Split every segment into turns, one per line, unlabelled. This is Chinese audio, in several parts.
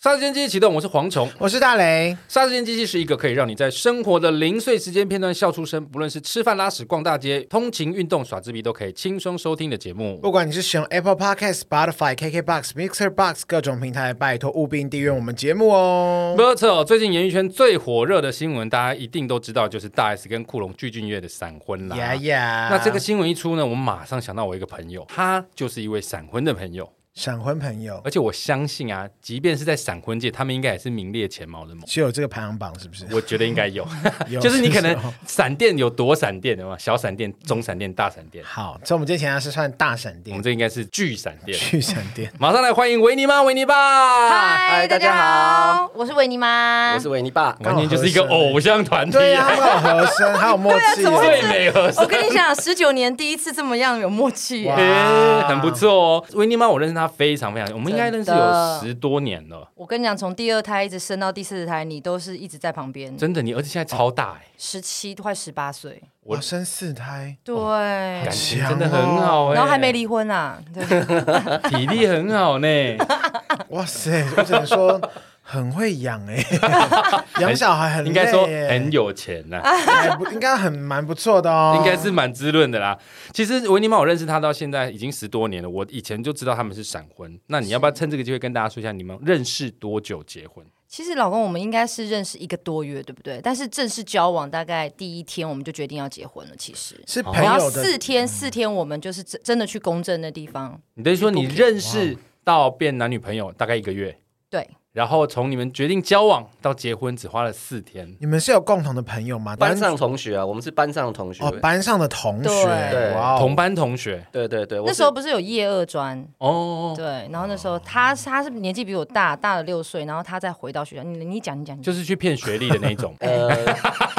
杀时间机器启动，我是蝗虫。
我是大雷，
杀时间机器是一个可以让你在生活的零碎时间片段笑出声，不论是吃饭、拉屎、逛大街、通勤、运动、耍自闭，都可以轻松收听的节目。
不管你是使用 Apple Podcast、Spotify、KKBox、Mixer Box 各种平台，拜托务必订阅我们节目哦。
没错，最近演艺圈最火热的新闻，大家一定都知道，就是大 S 跟库龙具俊晔的闪婚啦。
呀呀，
那这个新闻一出呢，我马上想到我一个朋友，他就是一位闪婚的朋友，
闪婚朋友
而且我相信啊，即便是在闪婚界，他们应该也是名列前茅 的猛。
是有这个排行榜是不是？
我觉得应该有，
有
就是你可能
是哦
闪电有多闪电的嘛，小闪电、中闪电、大闪电，
好，所以我们之前是算大闪
我
电
们、这应该是巨闪电。
巨闪电。
马上来欢迎维尼妈，维尼爸，
嗨，大
大家
家好，我是维尼妈，
我是维尼爸，
完全就是一个偶像团体，啊
对
啊
呀、他们有和声，还有默契
对啊怎么
哦。
会
最美和声
我。跟你讲，十九年第一次这么样有默契耶，
哇
诶很不错哦，维尼妈，我认识她非常非常，我们应该认识
真
有
的
十多年了，
我跟你讲，从第二胎一直生到第四胎，你都是一直在旁边，
真的，你儿子现在超大哎，
十七快十八岁，
我生四胎，
对，
感情
强哦
真的很好哎，
哎然后还没离婚啊，对，
体力很好 呢，
哇塞！我只能说很会养 哎、养小孩很累
应该说
耶
很有钱呐，
啊
还不应该很蛮不错的哦。
应该是蛮滋润的啦。其实维尼妈，我认识她到现在已经十多年了，我以前就知道他们是闪婚，那你要不要趁这个机会跟大家说一下，你们认识多久结婚？
其实老公我们应该是认识一个多月，对不对？但是正式交往大概第一天我们就决定要结婚了，其实。
是朋
然后
友的
四天，四天我们就是真真的去公证那地方，
你等于说你认识到变男女朋友大概一个月，
对，
然后从你们决定交往到结婚只花了四天。
你们是有共同的朋友吗？
班上同学啊，我们是班上的同学
哦，。班上的同学，
对
哇哦
同班同学
对对对，我
那
是。
时候不是有夜二专，
哦，
对，然后那时候他他是年纪比我大，大了六岁，然后他再回到学校，你你讲你讲，
就是是去骗学历的那一种
呃，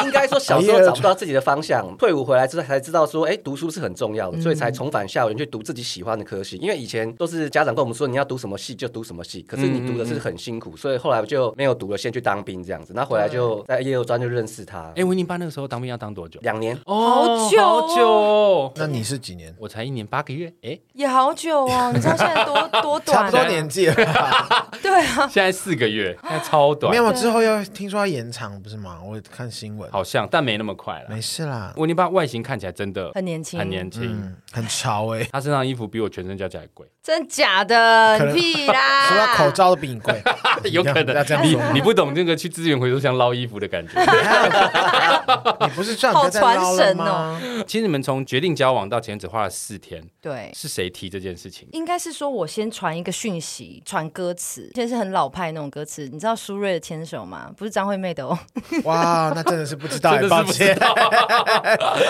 应该说小时候找不到自己的方
哎
向，退伍回来之后才知道说，哎，读书是很重要
嗯
的，所以才重返校园去读自己喜欢的科系。因为以前都是家长跟我们说你要读什么系就读什么系，可是你读的是很辛
嗯
苦，所以后来我就没有读了，先去当兵这样子。那回来就在夜游专就认识他
哎，维尼爸那个时候当兵要当多久？
两年，
好久哦
好久哦，
那你是几年？
我才一年八个月。哎，
也好 久哦，你知道现在多多
差不
短
多
啊？
年纪了吧，
对啊，
现在四个月，现在超短
没，有之后又听说要延长，不是吗？我看新闻，
好像但没那么快了。
没事啦，
维尼爸外形看起来真的
很年轻，
很年轻，
嗯，很潮 哎、欸，
他身上的衣服比我全身加起来贵，
真假的？
可
你
能
屁
说到
啦！
口罩都比你贵，
有可
要
能
这样
你
说吗
你不懂这个去资源回收箱捞衣服的感觉。
你还有你不是赚
好
在捞了
传神
吗
哦？
其实你们从决定交往到前只花了四天，
对。
是谁提这件事情？
应该是说，我先传一个讯息，传歌词，现在是很老派那种歌词。你知道苏芮的《牵手》吗？不是张惠妹的哦。
哇，那真的是不知道，欸
真的
抱
是不知
歉。
道，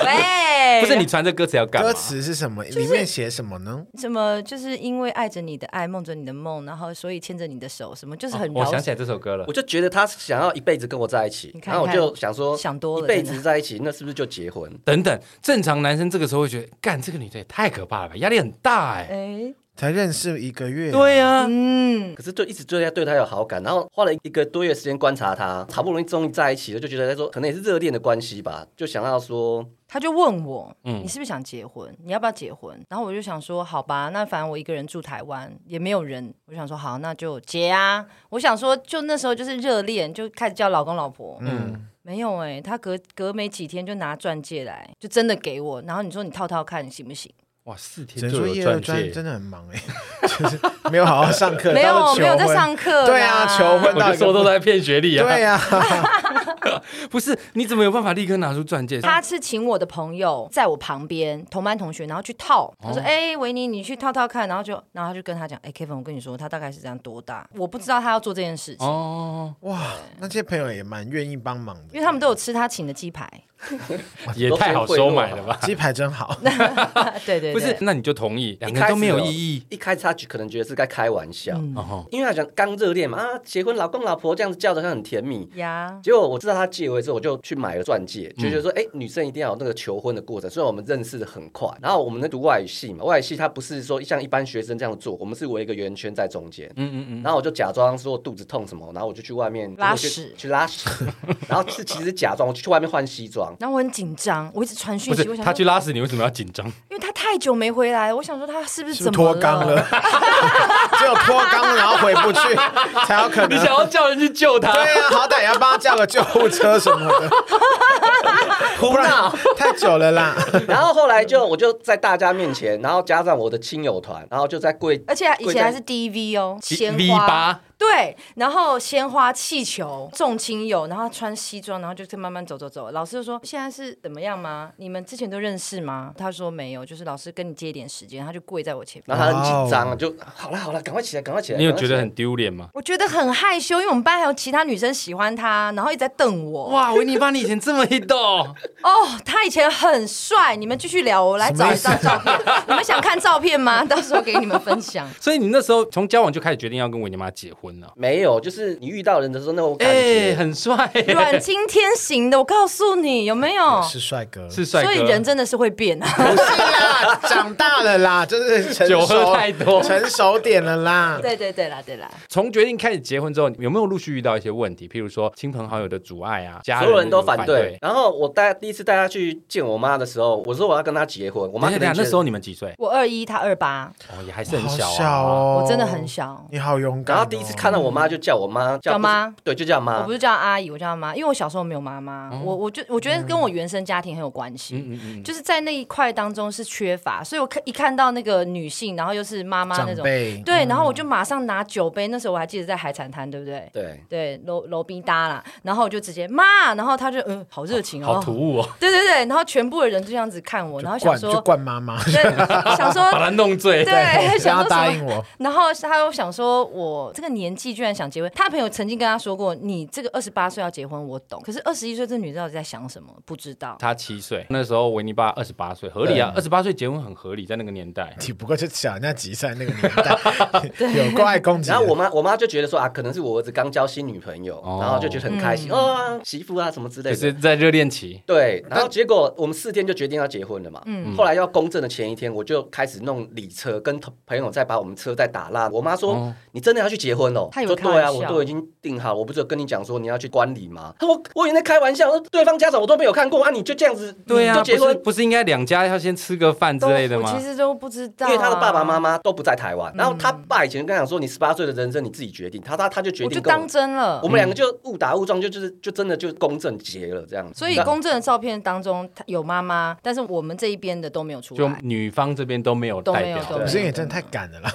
喂，
不是你传这歌词要干嘛
歌？词是什么？里面写什么呢？
什么？就是因为爱着你的爱，梦着你的梦，然后所以牵着你的手，什么就是很
哦我
饶
想起来这首歌了
我。就觉得他想要一辈子跟我在一起
你，看
然后我
看
就想说，
想多了
一辈
真
子在一起，那是不是就结婚？
等等，正常男生这个时候会觉得，干这个女的也太可怕了吧，压力很大哎、
哎，
才认识一个月，
对啊呀、
嗯，
可是就一直对他对他有好感，然后花了一个多月时间观察他，好不容易终于在一起了，就觉得他说可能也是热恋的关系吧，就想要说
他就问我，
嗯
你是不是想结婚？你要不要结婚？然后我就想说，好吧，那反正我一个人住台湾，也没有人，我想说好，那就结啊。我想说，就那时候就是热恋，就开始叫老公老婆。
嗯，
没有哎、他隔隔没几天就拿钻戒来，就真的给我。然后你说你套套看，你行不行？
哇，四
只
天
能说
就
叶
有
二
钻
专
戒，
真的很忙哎、 就是没有好好上课，
没
到
有，
了求
没有在
婚
上课啦。
对啊求婚
我就说都在骗学历啊。
对呀，
不是，你怎么有办法立刻拿出钻戒？
他是请我的朋友在我旁边，同班同学，然后去
哦
套。他说：“哎、维尼，你去套套看。”然后就，然后他就跟他讲：“哎、k e v i n 我跟你说，他大概是这样多大？我不知道他要做这件事情，
哦，
哇，那些朋友也蛮愿意帮忙的，
因为他们都有吃他请的鸡排。
也太好收买了吧？
鸡排真好。
啊对对对，
不是，那你就同意，两
一
个人
开
都
始
没有意义。
一开始他可能觉得是在开玩笑，
嗯
哦，
因为他讲刚热恋嘛，啊，结婚老公老婆这样子叫的，他很甜蜜。
呀，
结果我知道他借回之后，我就去买了钻戒，就
嗯
觉得说，哎、女生一定要有那个求婚的过程。虽然我们认识的很快，然后我们在读外语系嘛，外语系它不是说像一般学生这样做，我们是围一个圆圈在中间。
嗯嗯嗯，
然后我就假装说肚子痛什么，然后我就去外面
拉
我就去
屎
去拉屎， 然后是其实假装我去外面换西装，
然后我很紧张，我一直传讯
不
息，我
是
想
他去
说，
拉屎，你为什么要紧张？
因为他太久没回来，我想说他是不
是不
是
是
怎
脱
么
肛了？？ 只有脱肛了然后回不去才有可能。
要叫人去救他
对啊，好歹也要帮他叫个救护车什么的，
胡闹。
太久了啦。
然后后来就我就在大家面前，然后加上我的亲友团，然后就在柜，
而且啊以前还是
贵
DV 哦，鲜
V
花
八，
对，然后鲜花气球重亲友，然后他穿西装，然后就是慢慢走走走。老师就说现在是怎么样吗？你们之前都认识吗？他说没有，就是老师跟你借一点时间，他就跪在我前面。
然后他很紧
哇哦
张，就好了好了，赶快起来，赶快起来。
你有
赶快
觉得
起来
很丢脸吗？
我觉得很害羞，因为我们班还有其他女生喜欢他，然后一直在瞪我。哇
哇，维尼巴，你以前这么一逗，
哦，他以前很帅，你们继续聊，我来找一张照片。你们想看照 片吗？到时候给你们分享。
所以你那时候从交往就开始决定要跟维尼妈结婚了，
没有？就是你遇到人的时候那种感
哎，
觉，
很帅，
阮经天型的，我告诉你有没有？
是帅哥，
是帅哥，
所以人真的是会变啊。
不是啦？长大了啦，就是成
酒
熟
喝太多
成熟点了啦。
对对对啦，对啦，
从决定开始结婚之后，有没有陆续遇到一些问题？譬如说亲朋好友的阻碍啊，家
所有
的
人都反
反
对。。然后我带第一次带她去见我妈的时候，我说我要跟她结婚，
我
我妈
妈
可
等一
能
下那时
候。
候你们几岁？
我二一，他二八，
哦，也还是很
好
小啊。
小哦，
我真的很。小。
你好勇敢、哦。
然后第一次看到我妈就叫我妈
叫妈，
对，就叫
啊
我
妈
不。是叫阿姨，我叫她妈，因为我小时候没有妈妈，
嗯
我我就我觉得跟我原生家庭很有关系。
嗯嗯嗯，
就是在那一块当中是缺乏，所以我看一看到那个女性，然后又是妈妈那
长
种，
辈，嗯
对，然后我就马上拿酒杯，那时候我还记得在海产摊，对不对？
对，
对，楼楼冰搭啦，然后我就直接妈，然后他就嗯，好热情哦，
好突兀哦，
对对对，然后全部的人就这样子看我，然后
就
想
惯
说
就，惯妈妈，
对， 想说
把他弄醉。
对，
想
想
要
说
答
什么？
应我，
然后他又想说，我这个年纪居然想结婚。他的朋友曾经跟他说过，你这个二十八岁要结婚，我懂。可是二十一岁这女的到底在想什么？不知道。
他七岁，那时候维尼爸二十八岁，合理啊，二十八岁结婚很合理，在那个年代。
你不过就小人家几岁那个年代，有够爱攻击人。
然后我妈我妈就觉得说啊，可能是我儿子刚交新女朋友，
哦
然后就觉得很开
嗯
心哦，媳妇啊什么之类
就
的。
是在热恋期，
对，然后结果我们四天就决定要结婚了嘛。嗯，后来要公证的前一天，我就开始弄礼车，跟同朋友再把我们车再打蜡。我妈说：“
哦
你真的要去结婚哦？”
她以为
说：“
开
对啊，
玩
我
笑
都已经定好，我不是有跟你讲说你要去观礼吗？”她说：“我以为在开玩笑，说对方家长我都没有看过啊，你就这样子，
对
你
啊，
就结
不是
婚。”
不是应该两家要先吃个饭之类的
都我
吗
其？实都不知道、
因
啊，嗯
为她的爸爸妈，妈都不在台湾，然后她爸以前跟她讲说：“你十八岁的人生你自己决定。”她她她就决
我就
定跟
当
我，
真了
我。们两个就误打误撞，就就是就真的就公证结了这样子。
所以公证的照片当中她有妈妈，但是我们这一边的都没有出
就
来。
女方这边都没有
都
代
没有
表，
都没
不
有
是因为你真的太赶了啦，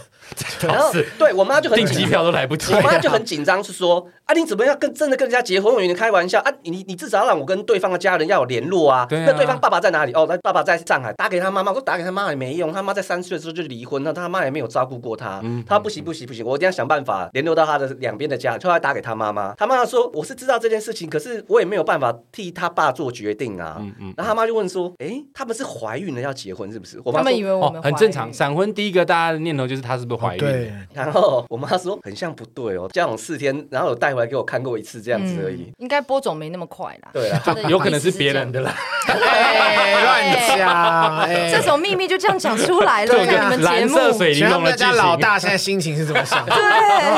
然 后对我妈就很
订
紧
机
张
票都来不及
我。妈就很紧张，是说啊，你怎么要跟真的跟人家结婚？我以为你开玩笑啊，你你至少要让我跟对方的家人要有联络啊。
对啊
那对方爸爸在哪里？哦，那爸爸在上海。打给他妈妈，我说打给他妈也没用，他妈在三岁的时候就离婚，那他妈也没有照顾过他。
嗯
他不行不行不行，我一定要想办法联络到他的两边的家人。后来打给他妈妈，他妈妈说我是知道这件事情，可是我也没有办法替他爸做决定啊。
嗯嗯
然后他妈就问说，诶，他们是怀孕了要结婚是不是？我妈
他
说
们以为我
哦
们、，
很正常。。闪婚第一个大家的念头就是她是不是怀孕？
对，
然后我妈说很像不对哦，交往四天，然后有带回来给我看过一次这样子而已。
应该播种没那么快啦。
对啊，
她的意思这样，
有可能是别人的啦，
哎，乱讲，哎
这种秘密就这样讲出来
啊
了，在你们节
蓝
目。
色水
请
玲
他
珑
们
的
家
剧情
老大现在心情是怎么想？
对，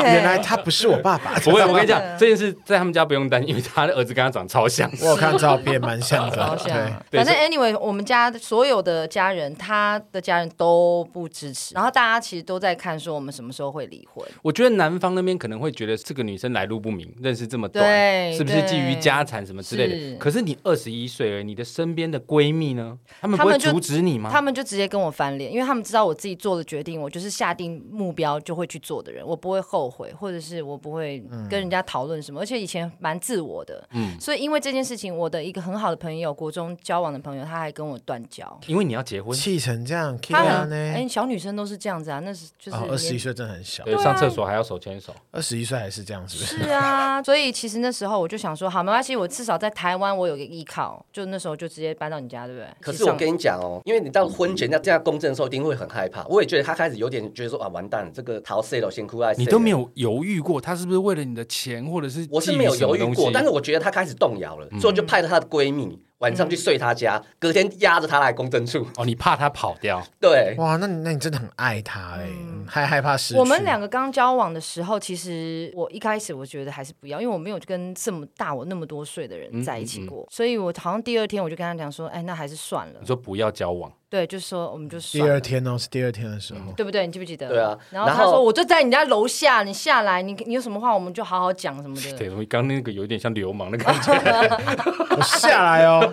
原来他不是我爸爸，
不会，我跟你
真
讲
的，
这件事在他们家不用担心，因为他的儿子跟他长超像。
我有看照片，蛮像
好
的。
像
对，
对
反正
所
anyway，我们家所有的家人，他的家人都不支持，然后大家其实都在看说我们什么时候会离婚。
我觉得男方那边可能会觉得这个女生来路不明，认识这么短，
对
是不是基于家产什么之类
是
的？可是你二十一岁了，你的身边的闺蜜呢？他们不
他
会
们就
阻止你吗？
他们就直接跟我翻脸，因为他们知道我自己做的决定，我就是下定目标就会去做的人，我不会后悔，或者是我不会跟人家讨论什么。而且以前蛮自我的，
嗯
所以因为这件事情，我的一个很好的朋友，国中交往的朋友，他还跟我断交。
因为你要结婚，
气成这样，气
他
啊
很
呢
哎、？小女生都是这样子啊，那是就是
哦，二十一
连
岁真的很小，
对，啊上厕所还要手牵手。
二十一岁还是这样，是不是？
是啊，所以其实那时候我就想说，好，没关系，我至少在台湾我有个依靠，就那时候就就直接搬到你家，对不对？
可
去
是我
上
跟你讲哦，因为你到婚
嗯
前要这样公证的时候，一定会很害怕。我也觉得他开始有点觉得说啊，完蛋，这个逃 C 了，先哭爱啊
你都没。有犹豫过，他是不是为了你的钱，或者是
我是
觊觎
没有
什么
犹豫
东
过，
西
但是我觉得他开始动摇了，所以我就派了她的闺蜜晚上去睡她家，隔天压着她来公证处。
哦，你怕他跑掉，
嗯
对，
哇，那你那你真的很爱他哎、嗯还害怕失去。
我们两个刚交往的时候，其实我一开始我觉得还是不要，因为我没有跟这么大我那么多岁的
嗯
人在一起过，所以我好像第二天我就跟他讲说，哎，那还是算了
你。说不要交往，
对，就说我们就算
第
了
二天哦，是第二天的时候，
对不对？你记不记得？
对啊
然后
然
他
后
说：“我就在你家楼下，你下来，你你有什么话，我们就好好讲什么的。”
对，我刚那个有点像流氓的感觉，
我下来哦。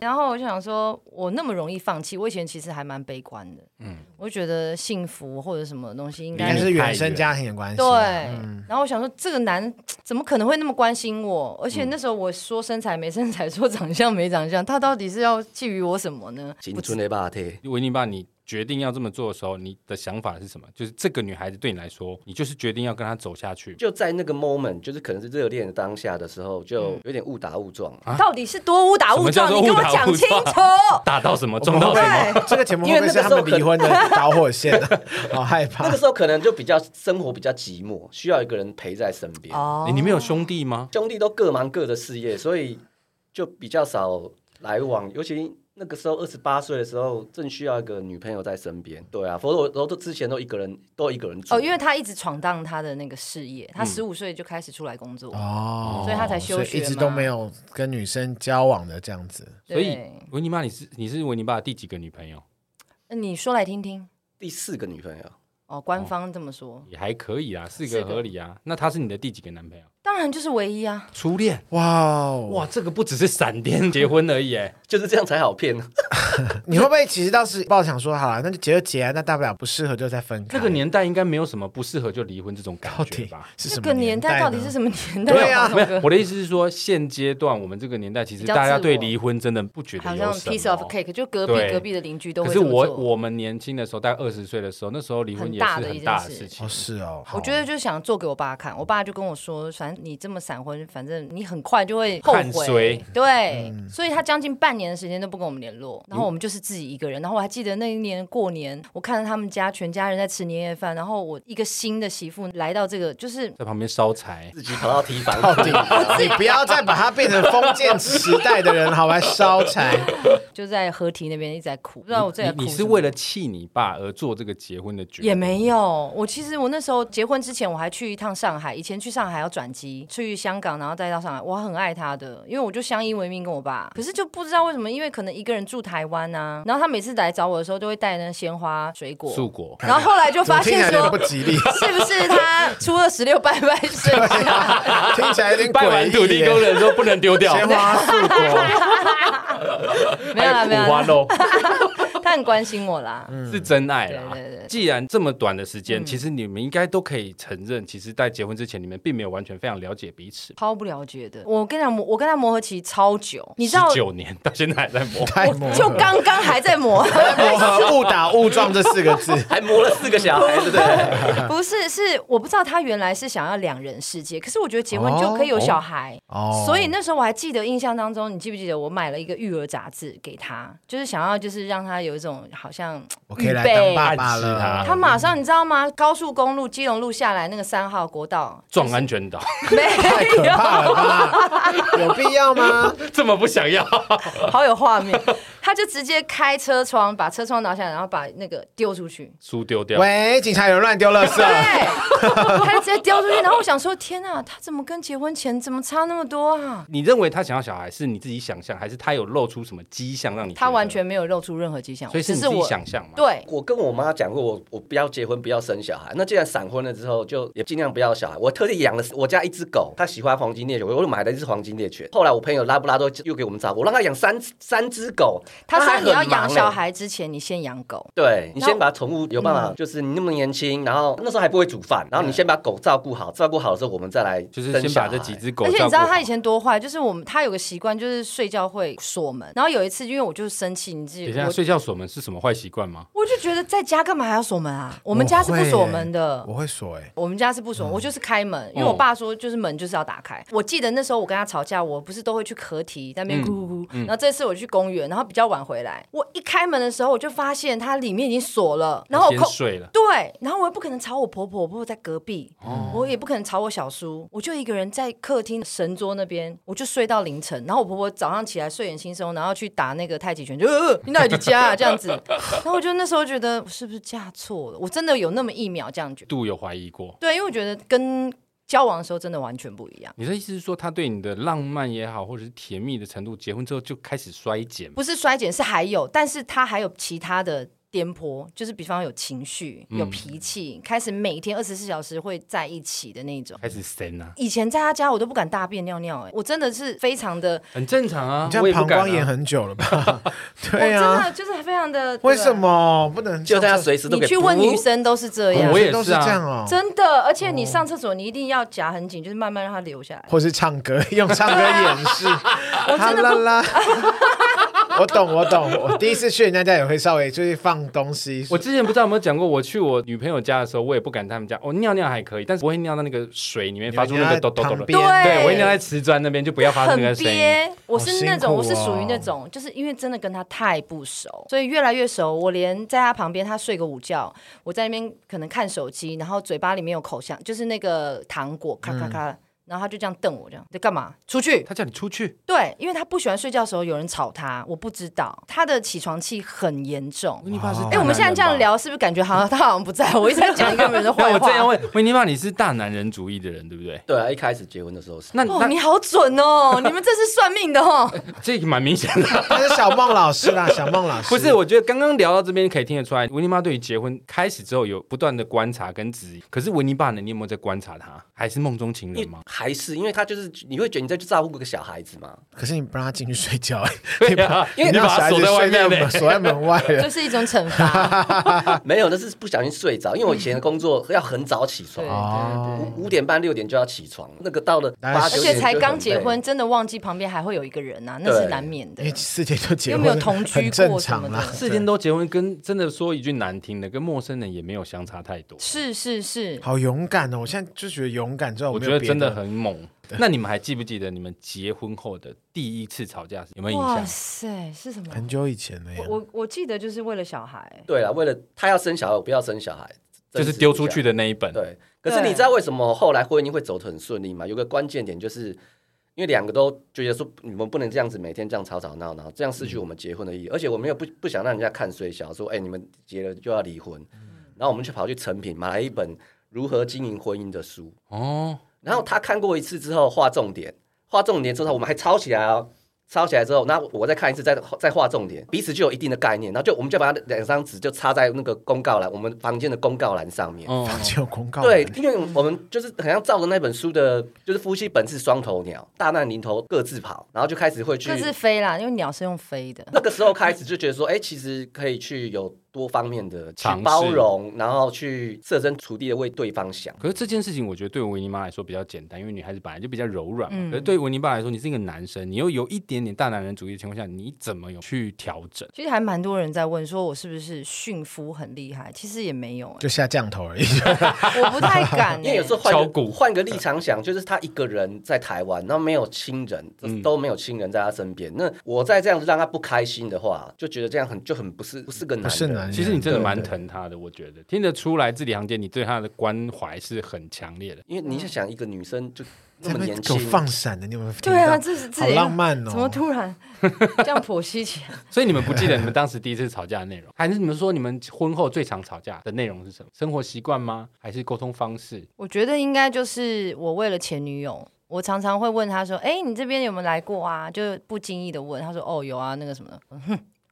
然后我就想说，我那么容易放弃，我以前其实还蛮悲观的。嗯，我就觉得幸福或者什么东西应
应
该
该
你
是原生家庭的关系
对
啊、。
然后我想说，这个男怎么可能会那么关心我？而且那时候我说身材没身材，说 长相没长相，他到底是要觊觎我什么呢？
青
不知
春的霸体，
维尼爸，你决定要这么做的时候，你的想法是什么？就是这个女孩子对你来说，你就是决定要跟她走下去。
就在那个 moment，就是可能是热恋的当下的时候，
嗯
就有点误打误撞。啊
到底是多误打误撞？
什么叫做
你跟
误
我
打
讲
误
清
撞
楚。
打到什么
我
撞
们
到
会
什
不
么？
会这个节目会
因为
不会
那
是
个
他
时候
们离婚的 导火线？好害
那
怕
啊
个。时候可能就比较生活比较寂寞，需要一个人陪在身边。
哦
你你们有兄弟吗？
兄弟都各忙各的事业，所以就比较少来往。尤其那个时候二十八岁的时候，正需要一个女朋友在身边。对啊，否则我我都之前都一个人都一个人住。
哦，因为他一直闯荡他的那个事业，他十五岁就开始出来工作，
哦，
所以他才休
所
学嘛
以一直都没有跟女生交往的这样子。
所以
对
维尼妈，你是你是维尼爸的第几个女朋友？
那你说来听听
第四个女朋友，
哦，官方这么说，
也还可以啊，四
四
个
个
合理啊。那他是你的第几个男朋友？
当然就是唯一啊。
初恋。
哇哦，
哇，这个不只是闪电结婚而已，哎，
就是这样才好骗。
你会不会其实倒是抱想说，好了，那就结就结啊，那大不了不适合就再分开。
那个年代应该没有什么不适合就离婚这种感
到
觉
底
吧？
是
这
什
个
么
年代
呢
到底是什么年代？
对啊
黄
没
总
有，
哥
我的意思是说，现阶段我们这个年代，其实
比较
大家
自
对
我
离婚真的不觉得
好
有
像
什
piece of
么。
cake，就隔壁
对
隔壁的邻居都
可
会
是
这么
我
做。
我们年轻的时候，大概二十岁的时候，那时候离婚
很
也
大
是
的一
很
件
大的
事
事情
哦，。是哦，
我觉得就是想做给我爸看，我爸就跟我说，反正你这么闪婚，反正你很快就会后
看衰嗯
悔。对，所以他将近半年的时间都不跟我们联络，然后我们就是自己一个人。然后我还记得那一年过年，我看到他们家全家人在吃年夜饭，然后我一个新的媳妇来到这个，就是
在旁边烧柴，
自己跑到提防，
到底哦你不要再把它变成封建时代的人，好吧？烧柴，
就在河堤那边一直在哭，不知道我这在哭
你你
什
是
么
为了气你爸而做这个结婚的决
也
定，
没有，我其实我那时候结婚之前，我还去一趟上海。以前去上海要转机，去香港，然后再到上海。我很爱他的，因为我就相依为命跟我爸。可是就不知道为什么，因为可能一个人住台湾啊，然后他每次来找我的时候，都会带那鲜花、水果。
素果。
然后后来就
怎么
发
听起来
现
有点
说
不，吉利，
是不是他初二十六拜拜剩 下？
听起来有点
拜完土
诡异
地
耶。
公人说不能丢 掉，
鲜花素果，
还有哎五
没有啦，没有
花
啦，
肉嗯
他很关心我啦。
是真爱啦
对对对。嗯
既然这么短的时间，其实你们应该都可以承认，其实，在结婚之前，你们并没有完全非常了解彼此。
超不了解的，我跟你讲，我我跟他磨合期超久，你知道，
九年到现在还在磨，
太磨合
就刚刚还在磨。
磨合误打误撞这四个字。
还磨了四个小孩，对不对？
嗯
不是，是我不知道他原来是想要两人世界，可是我觉得结婚就可
哦
以有小孩。
哦
所以那时候我还记得印象当中，你记不记得我买了一个育儿杂志给他，就是想要就是让他有一种好像
我可以
预
来当
备。
爸爸
暗示
了。
他马
嗯
上你知道吗？高速公路基隆路下来那个三号国道，
撞安全岛，
没
太可
有，
怕了 吧？有必要吗？
这么不想要。
好有画面。 他就直接开车窗，把车窗拿下来，然后把那个丢出去。
书丢掉，
喂，警察有人乱丢垃 圾，
啊
对，他就直接丢出去。然后我想说，天啊，他怎么跟结婚前怎么差那么多啊？
你认为他想要小孩是你自己想象，还是他有露出什么迹象让你？
他完，全没有露出任何迹象，
所以是你自
只是
己
我
想象嘛？
对，
我跟我妈讲过，我我不要结婚，不要生小孩。那既然闪婚了之后，就也尽量不要小孩。我特地养了我家一只狗，它喜欢黄金猎犬，我又买了一只黄金猎犬。后来我朋友拉布拉多又给我们照顾，我让他养三三只狗。
他
还
说你要
很忙
养小
欸
孩嗯之前，你先养狗。
对你
然后
先把宠物有办法，就是你那么年轻，然后那时候还不会煮饭，然后你先把狗照顾好，照顾好了之后，我们再来
就是
生
先
小
把
孩
这几只狗。
而且你知道他以，前多坏，就是我们他有个习惯，就是睡觉会锁门。然后有一次，因为我就是生气，你自
等
己
一下
我
睡觉锁门是什么坏习惯吗？
我就觉得在家干嘛还要锁门啊？我们家是不锁门的。
我会锁哎、
我们家是不锁门，我就是开门，因为我爸说就是门就是要打开。我记得那时候我跟他吵架，我不是都会去河堤那边咕咕咕，然后这次我去公园，然后比较晚回来，我一开门的时候我就发现它里面已经锁了，然后我
先
扣
睡了，
对，然后我也不可能吵我婆婆，我婆婆在隔壁，我也不可能吵我小叔，我就一个人在客厅神桌那边，我就睡到凌晨。然后我婆婆早上起来睡眼惺忪，然后去打那个太极拳，就、 呃、你哪里离家啊这样子。然后我就那时候觉得我是不是嫁错了？我真的有那么一秒这样觉得，
度有怀疑过。
对，因为我觉得跟交往的时候真的完全不一样。
你的意思是说，他对你的浪漫也好，或者是甜蜜的程度，结婚之后就开始衰减吗？
不是衰减，是还有，但是他还有其他的颠簸，就是比方有情绪、有脾气，开始每天二十四小时会在一起的那种。
开始神啊，
以前在他家我都不敢大便尿尿、欸，我真的是非常的，
很正常啊
你。这
我
样
也不
膀
敢
胱
啊
炎很久了 吧？
我
对
真
呀、
的就是非常的。啊
为什？么不能
就
这
大家
样？
随时都
你
给
去问
补
女生都是这样
我，也
都
是
是
啊
这样哦、
真的。而且你上厕所，你一定要夹很紧，就是慢慢让它流下来。
或是唱歌，用唱歌掩 饰，哈
真的
啦啦。我懂，我懂。我第一次去人家家也会稍微就是放东西，
我之前不知道有没有讲过，我去我女朋友家的时候，我也不敢他们家，我、尿尿还可以，但是我会尿到那个水里面，发出那个
人家
抖抖抖的
旁。边
对
对，我会尿在瓷砖那边，就不要发出
很
那个声音。
憋，我是那
好辛
种，
苦哦
我是属于那种，就是因为真的跟他太不熟，所以越来越熟。我连在他旁边，他睡个午觉，我在那边可能看手机，然后嘴巴里面有口香，就是那个糖果，咔咔咔，
嗯
然后他就这样瞪我，这样你在干嘛？出去！
他叫你出去，
对，因为他不喜欢睡觉的时候有人吵他，我不知道他的起床气很严重。
你爸是
哎、我们现在这样，聊，是不是感觉好像他 好像不在？我一直在讲一个人的
那
坏
哎我这样
话。
问，维尼玛，你是大男人主义的人，对不对？
对啊，一开始结婚的时候是。
那
哦，
那
你好准哦！你们这是算命的哦。
这个蛮明显 的。
他是小梦老师啦，小梦老师
不是，我觉得刚刚聊到这边可以听得出来，维尼妈对于结婚开始之后有不断的观察跟质疑。可是维尼爸呢，你有没有在观察他？还是梦中情人
因
吗？
还是因为他就是你会觉得你在照顾个小孩子嘛，
可是你不让他进去睡觉、欸，
对呀， 因为
你
你把
小
他
孩
锁
子
在外
睡
面
门
嘞。
锁在门外了
就。是一种惩罚。
没有，那是不小心睡着。因为我以前的工作要很早起床
嗯对，
哦
对对。
五五点半六点就要起床，那个到了
哎
八
是
而
九
且
点
才
就
刚
很
结
累
婚，真的忘记旁边还会有一个人啊，那是
对
难免的
因为。四天就结
又
婚，
没有同居
很正
过什么
常啦。
的
四天都结婚，跟真的说一句难听的，跟陌生人也没有相差太多。
是是是，
好勇敢哦！我现在就觉得勇敢，之后
我
没
觉
有
得
别
真的很猛。那你们还记不记得你们结婚后的第一次吵架是有没有印
哇
象？
塞，是什么？
很久以前了耶。
我我我记得就是为了小孩，
对了，为了他要生小孩，我不要生小孩，
就是丢出去
的。
的那一本。
对，可是你知道为什么后来婚姻会走得很顺利吗？有个关键点就是。因为两个都觉得说，你们不能这样子每天这样吵吵闹闹，这样失去我们结婚的意
嗯
义。而且我没有不不想让人家看衰小，说哎、你们结了就要离婚。
嗯
然后我们就跑去成品买了一本如何经营婚姻的书。
哦，
然后他看过一次之后画重点，画重点之后我们还抄起来哦，抄起来之后，那我再看一次再再画重点，彼此就有一定的概念，然后就我们就把它两张纸就插在那个公告栏，我们房间的公告栏上面。
嗯，
房间有公告栏
对，因为我们就是好像照着那本书的，就是夫妻本是双头鸟，大难临头各自跑，然后就开始会去
各自飞啦，因为鸟是用飞的。
那个时候开始就觉得说，哎、其实可以去有多方面的去
尝试
包容，然后去设身处地的为对方想。
可是这件事情，我觉得对维尼妈来说比较简单，因为女孩子本来就比较柔软嘛。
嗯
可是对维尼爸来说，你是一个男生，你又有一点点大男人主义的情况下，你怎么有去调整？
其实还蛮多人在问，说我是不是驯夫很厉害？其实也没 有、
就下降头 而已。
欸，我不太敢、欸。
因为有时候换
敲
个
鼓
换个立场想，就是他一个人在台湾，然后没有亲人，
嗯
都没有亲人在他身边。那我再这样子让他不开心的话，就觉得这样很就很不是不是个男人。
不是男人
其实你真的
嗯对
蛮
对
疼他的，我觉得听得出来，字里行间你对他的关怀是很强烈的。
因为你想想一个女生就那
在
么
那
年
边给我
轻，
放闪的，你有没有？
对 啊，，这是这
好
也
浪漫
怎么
哦。
突然这样剖析起来？
所以你们不记得你们当时第一次吵架的内容，还是你们说你们婚后最常吵架的内容是什么？生活习惯吗？还是沟通方式？
我觉得应该就是我为了前女友，我常常会问他说：“哎、你这边有没有来过啊？”就不经意的问，他说：“哦，有啊，那个什么的。”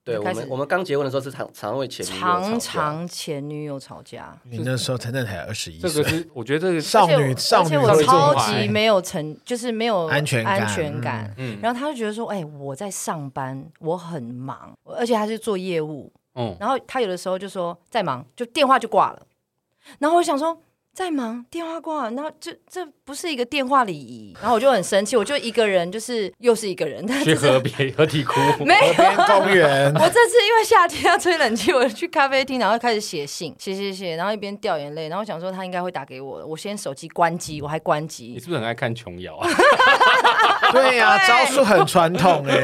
对我
开始
们我们刚结婚的时候是常常为前女友吵架
常常前女友吵架，
你那时候真的才二十一
这个
岁，
是我觉得这个
少
而
女
且
少
而
女
且
会
我
做
超
坏
级没有成，就是没有
安全感
安全感。
嗯
然后他就觉得说，哎、我在上班，我很忙，而且他是做业务，
嗯，
然后他有的时候就说在忙，就电话就挂了。然后我想说，在忙，电话挂了，然后这这不是一个电话礼仪，然后我就很生气，我就一个人，就是又是一个人，但
去
是
河边河堤哭，
没有
河边公园
我这次因为夏天要吹冷气，我就去咖啡厅，然后开始写信，写写写，然后一边掉眼泪，然后想说他应该会打给我的，我先手机关机，我还关
你
机。
是不是很爱看琼瑶啊？
对呀、
对
招数很传统 哎、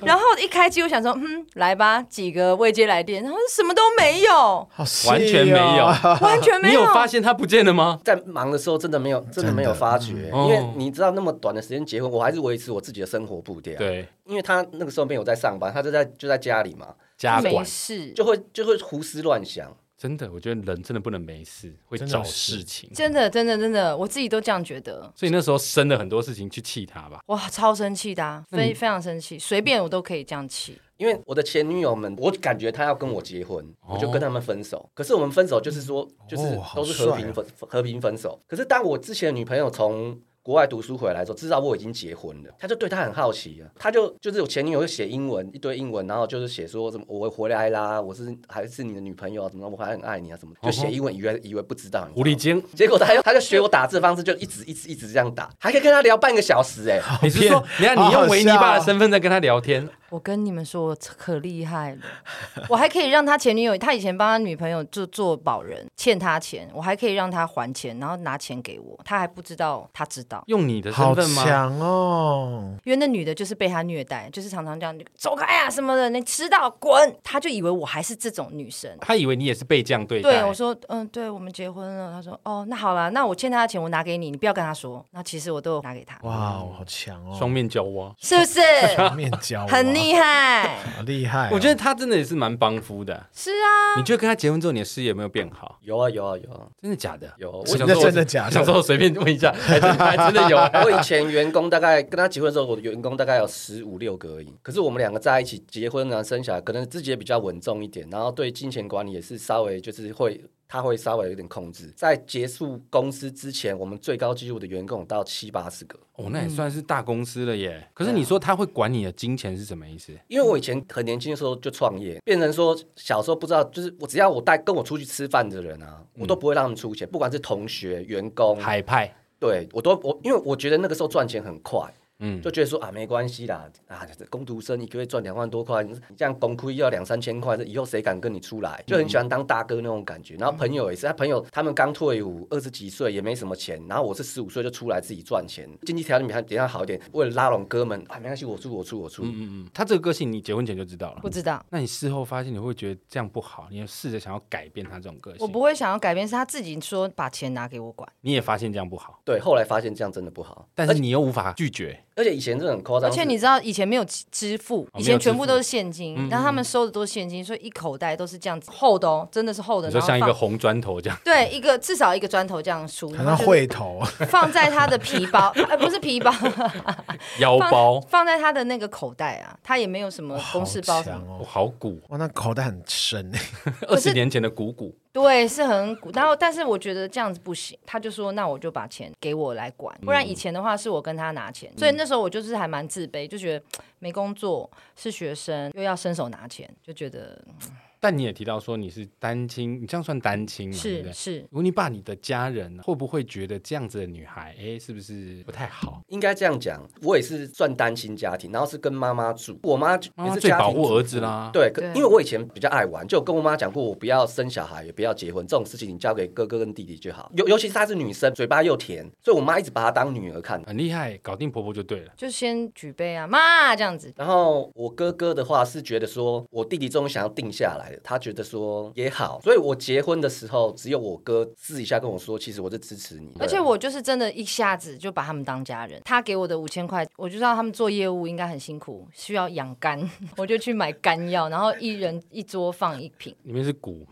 然后一开机，我想说，嗯，来吧，几个未接来电，然后什么都 没有，
好细哦
完全没 有，
完全没
你有发现他不见了吗？
在忙的时候真的没有，真的没有发觉，
嗯
因为
哦
你知道那么短的时间结婚，我还是维持我自己的生活步调。，
对，
因为他那个时候没有在上班，他就在就在家里嘛，
家
没
管
事，
就会就会胡思乱想。
真的，我觉得人真的不能没事，会
真的
找
是
事情。
真的真的真的，我自己都这样觉得。
所以那时候生了很多事情去气他吧。
哇，超生气的、啊，非非常生气，随便我都可以这样气。
因为我的前女友们，我感觉她要跟我结婚，
哦
我就跟他们分手。可是我们分手就是说，
嗯
就是
好
都是和
帅
平
啊
分、和平分手。可是当我之前的女朋友从国外读书回来的时候，知道我已经结婚了，她就对她很好奇啊。她就就是我前女友就写英文一堆英文，然后就是写说什么我回来啦，我是还是你的女朋友啊，怎么我还很爱你啊什么，就写英文以为以为不知道，你知道
嗯狐
吗
狸精，
结果他就他就学我打字的方式，就一直一直一直这样打，还可以跟他聊半个小 时哎、
你是说，你看你
好
用
好
维尼爸的
笑
身份在跟他聊天，
我跟你们说，我可厉害了，我还可以让他前女友，他以前帮他女朋友做做保人，欠他钱，我还可以让他还钱，然后拿钱给我，他还不知道他知道，
用你的身
好
份吗？
强哦！
因为那女的就是被他虐待，就是常常这样走开啊什么的，你迟到滚，他就以为我还是这种女生。
他以为你也是被这样对待。
对，我说，嗯，对我们结婚了。他说，哦，那好啦，那我欠他的钱我拿给你，你不要跟他说。那其实我都有拿给他，
哇，好强哦！
双面胶蛙。
是 不是？
双面胶
很厉害，
害，好厉害哦、
我觉得他真的也是蛮帮夫的。
是啊，
你觉得跟他结婚之后，你的事业有没有变好？
有啊有啊有啊，
真的假的？
有
我
我
想说我
真的假的
想说我随便问一 下，还真还真的有啊。
我以前员工大概跟他结婚的时候，我的员工大概有十五六个而已。可是我们两个在一起结婚啊，生小孩，可能自己也比较稳重一点，然后对金钱管理也是稍微就是会。他会稍微有点控制，在结束公司之前，我们最高纪录的员工有到七八十个。
哦，那也算是大公司了耶。可是你说他会管你的金钱是什么意思？
因为我以前很年轻的时候就创业，变成说小时候不知道，就是我只要我带跟我出去吃饭的人啊，我都不会让他们出钱，不管是同学、员工，
海派，
对我都我，因为我觉得那个时候赚钱很快，
嗯，
就觉得说啊没关系啦，啊这工读生一个月赚两万多块，你你这样工亏要两三千块，这以后谁敢跟你出来？就很喜欢当大哥那种感觉。然后朋友也是，他朋友他们刚退伍，二十几岁也没什么钱，然后我是十五岁就出来自己赚钱，经济条件比他比他好一点，为了拉拢哥们，啊没关系，我出我出我出，
嗯嗯，他这个个性你结婚前就知道了
不。知道。
那你事后发现你会觉得这样不好，你也试着想要改变他这种个性。
我不会想要改变，是他自己说把钱拿给我管，
你也发现这样不好，
对，后来发现这样真的不好，
但是你又无法拒绝。
而且以前真的很夸张，
而且你知道以前没有支支付，
哦
以
没有支付嗯
前全部都是现金，然后他们收的都是现金，所以一口袋都是这样子厚的哦，真的是厚的，
你
然
说
后
像一个
放
红砖头这样，
对一个至少一个砖头这样梳，
很
然
像
后就是
会头，
放在他的皮 包，呃不是皮包，
腰包
放放在他的那个口袋啊，他也没有什么公事包
好
什么
强，
哦
哦！
好鼓，
哇，那口袋很深哎、
二
是
十年前的鼓鼓，
对，是很古。然后，但是我觉得这样子不行，他就说那我就把钱给我来管，不然以前的话是我跟他拿钱，所以那时候我就是还蛮自卑，就觉得没工作是学生，又要伸手拿钱，就觉得
但你也提到说你是单亲，你这样算单亲嘛？对不
是
对？
是。
如果你把你的家人会不会觉得这样子的女孩，哎，是不是不太好？
应该这样讲，我也是算单亲家庭，然后是跟妈妈住，我妈就
妈
也
妈
是
最
家庭
保护
主妇
儿子啦
对，可
对
因为我以前比较爱玩，就有跟我妈讲过，我不要生小孩，也不要结婚，这种事情你交给哥哥跟弟弟就好。尤尤其是她是女生，嘴巴又甜，所以我妈一直把她当女儿看。
很厉害，搞定婆婆就对了。
就先举杯啊，妈这样子，
然后我哥哥的话是觉得说，我弟弟终于想要定下来了，他觉得说也好，所以我结婚的时候，只有我哥私底下跟我说，其实我是支持你。
而且
对
我就是真的一下子就把他们当家人。他给我的五千块，我就知道他们做业务应该很辛苦，需要养肝， 我就去买肝药，然后一人一桌放一瓶。
里面是鼓，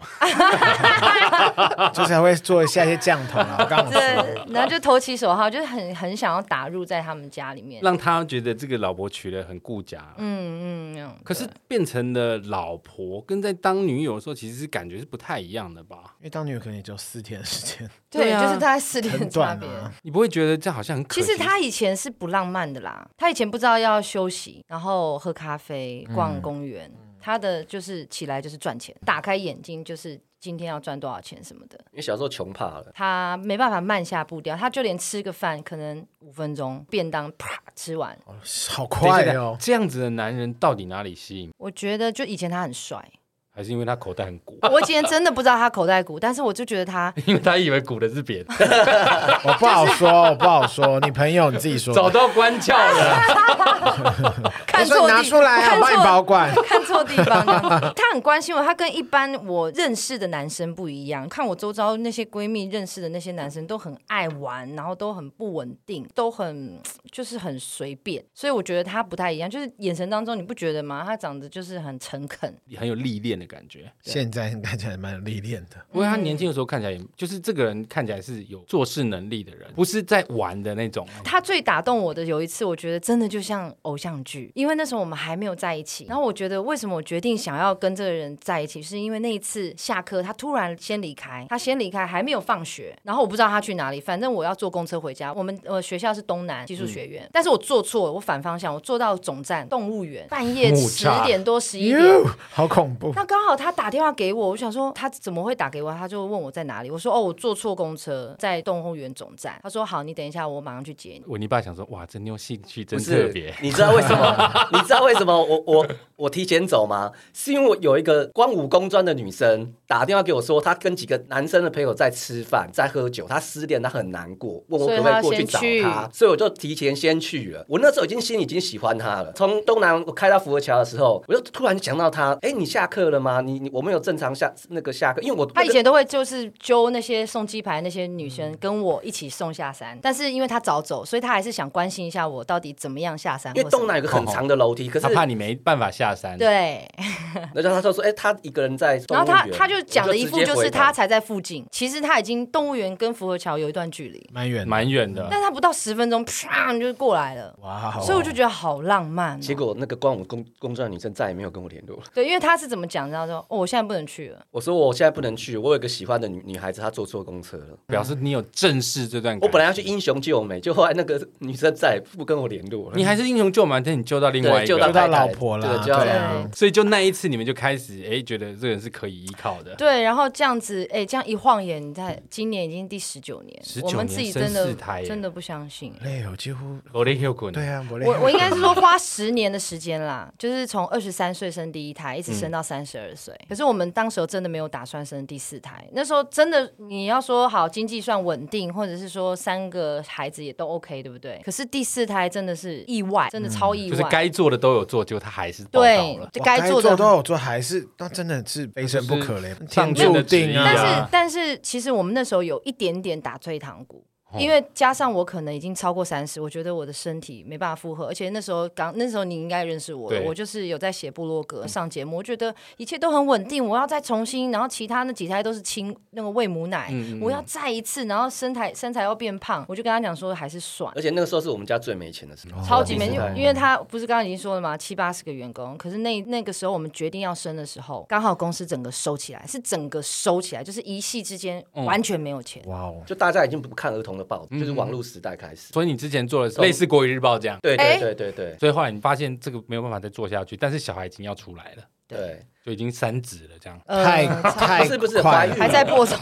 就是还会做下一些降头 啦。我刚刚有说，
对，然后就投其所好，就是很很想要打入在他们家里面。
让他觉得这个老婆娶了很顾家。
嗯嗯嗯。
可是变成了老婆，跟在当女友的时候，其实是感觉是不太一样的吧？
因为当女友可能也就四天的时间，
对，
对啊
就是大概四天的
很
差
短
别。
啊。
你不会觉得这好像很可
其
惜
实他以前是不浪漫的啦，他以前不知道要休息，然后
嗯
喝咖啡、逛公园，他的就是起来就是赚钱，打开眼睛就是今天要赚多少钱什么的。
因为小时候穷怕了。
他没办法慢下步调，他就连吃个饭可能五分钟，便当啪吃完。
哦
等
好
一
快
下
哦！
这样子的男人到底哪里吸引？
我觉得就以前他很帅，
还是因为他口袋很鼓？
我以前真的不知道他口袋鼓，但是我就觉得他
因为他以为鼓的是 别的，
我不好说，我不好说。你朋友你自 己说，
找到关窍了。
看
我说
错
你
地
拿出来啊，
看
我帮你
错
保管。
看错地方这样子。他很关心我，他跟一般我认识的男生不一样。看我周遭那些闺蜜认识的那些男生都很爱玩，然后都很不稳定，都很就是很随便，所以我觉得他不太一样。就是眼神当中你不觉得吗？他长得就是很诚恳，
很有历练的感觉，
现在看起来蛮有历练的，
因为他年轻的时候看起来也，就是这个人看起来是有做事能力的人，不是在玩的那种。
他最打动我的有一次，我觉得真的就像偶像剧，因为那时候我们还没有在一起。然后我觉得为什么我决定想要跟这个人在一起，是因为那一次下课他突然先离开，他先离开还没有放学，然后我不知道他去哪里，反正我要坐公车回家。我们呃学校是东南技术学院，
嗯
但是我坐错了，我反方向，我坐到总站动物园，半夜
木
十
栅
点多十一点。
哟，好恐怖！
那刚好他打电话给我，我想说他怎么会打给我？他就问我在哪里，我说哦，我坐错公车，在动物园总站。他说好，你等一下，我马上去接你。
我你爸想说，哇，这妞兴趣真
不
特
是
别，，
你知道为什 么？你知道为什么我我我提前走吗？是因为我有一个光武工专的女生打电话给我说，她跟几个男生的朋友在吃饭，在喝酒，她失恋，她很难过，问我可不可以过去找
所以她要
她
先，
所以我就提前先去了。我那时候已经心里已经喜欢她了。从东南我开到福和桥的时候，我就突然想到她，哎，你下课了吗？你你我们有正常下那个下课，因为我
他以前都会就是揪那些送鸡排那些女
嗯
生跟我一起送下山，但是因为他早走，所以他还是想关心一下我到底怎么样下山或
因
什么。
为东南有个很长的楼梯，可是
他哦怕你没办法下山。
对，
然后他就说，哎，她一个人在动
然
物
后
园，
他他就讲
我
的一
直
副
接
就
回
是
头
他才在附近，其实他已经动物园跟福和桥有一段距离，
蛮远的，
蛮远
嗯
的，
但他不到十分钟，啪就过来了。
哇哦！
所以我就觉得好浪漫、哦。
结果那个光武工工作的女生再也没有跟我联络了。
对，因为他是怎么讲，他说：“哦，我现在不能去了。
我说我现在不能去，我有一个喜欢的女女孩子，她坐错公车了。
表示你有正视这段感情。
我本来要去英雄救美，就后来那个女生再也不跟我联络了。
你还是英雄救美，但你救到另外一
对救到
就
个，
到老婆啦，
对就到
对
老
啊
婆，
所以就那一次你们就开始哎，觉得这个人是可以依靠的”。
对，然后这样子，哎，这样一晃眼，你看今年已经第十九年，
19
我们自己
年
真
生四胎
的
耶
真的不相信。
累哦，几乎
我的 Q 滚，
对啊，我累。
我我应该是说花十年的时间啦，就是从二十三岁生第一胎，一直
嗯
生到三十二岁。可是我们当时候真的没有打算生第四胎，那时候真的你要说好经济算稳定，或者是说三个孩子也都 OK，对不对？可是第四胎真的是意外，真的超意
嗯就
外。
是该做的都有做，结果他还是报道
对
了。，
哇
该做
做
的
都有做，还是那真的是非生不可嘞，天
上天
注
的旨意
定
啊
啊！
但
对
是但是，其实我们那时候有一点点打退堂鼓。因为加上我可能已经超过三十，我觉得我的身体没办法负荷，而且那时候刚那时候你应该认识我了，
对
我就是有在写部落格上节目，我觉得一切都很稳定，我要再重新，然后其他那几胎都是亲那个喂母奶，我要再一次，然后身材身材要变胖，我就跟他讲说还是算，
而且那个时候是我们家最没钱的时候，
超级没
第四
用
胎，
因为他不是刚刚已经说了吗？七八十个员工，可是那那个时候我们决定要生的时候，刚好公司整个收起来，是整个收起来，就是一夕之间完全没有钱。
哇哦，
就大家已经不看儿童的报，就是网络时代开始。
所以你之前做的类似《国语日报》这样，
对
哎
对对对对
所以后来你发现这个没有办法再做下去，但是小孩已经要出来了，
对，
就已经三指了，这样
呃
太
不
太
是不是
快
怀
了
孕
还在播种，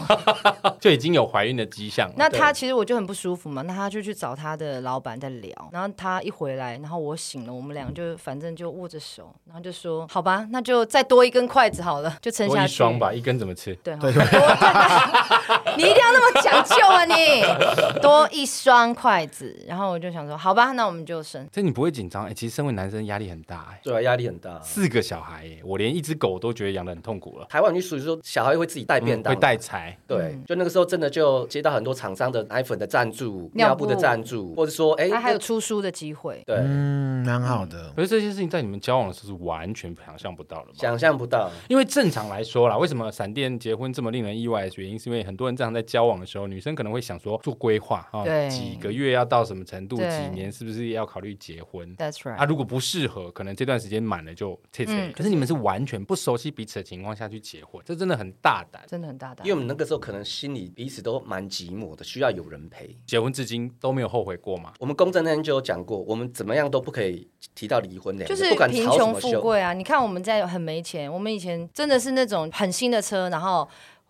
就已经有怀孕的迹象了。
那他其实我就很不舒服嘛，那他就去找他的老板在聊，然后他一回来，然后我醒了，我们俩就反正就握着手，然后就说好吧，那就再多一根筷子好了，就撑
多
下
一
去。
双吧，一根怎么吃？
对，多你一定要那么讲究啊！你 多一双筷子，然后我就想说，好吧，那我们就生。
这你不会紧张？哎，其实身为男生压力很大，哎，
对啊，压力很大。
四个小孩，哎，我连一只狗都觉得养得很痛苦了，
台湾你属于说小孩会自己带便当，
会带财。
对，就那个时候真的就接到很多厂商的奶粉的赞助、
尿
尿布的
布
赞助，或者说哎，
他还有
那
出书的机会，
对，
嗯，蛮好的。
可是这些事情在你们交往的时候是完全想象不到的吧？
想象不到。
因为正常来说啦，为什么闪电结婚这么令人意外的原因，是因为很多人正常在交往的时候，女生可能会想说做规划啊，
对
几个月要到什么程度，
对
几年是不是要考虑结婚
That's right
啊？如果不适合，可能这段时间满了就退退、
嗯
可是你们是完全不熟悉彼此的情况下去结婚，这真的很大胆。
真的很大胆
因为。我们那个时候可能心里彼此都蛮寂寞的，需要有人陪。
结婚至今都没有后悔过嘛？
我们公正那天就有讲过，我们怎么样都不可以提到离婚的，
就是
不管
贫
吵什
穷
么
富
凶，
贵啊！你看我们在很没钱，我们以前真的是那种很新的车，然后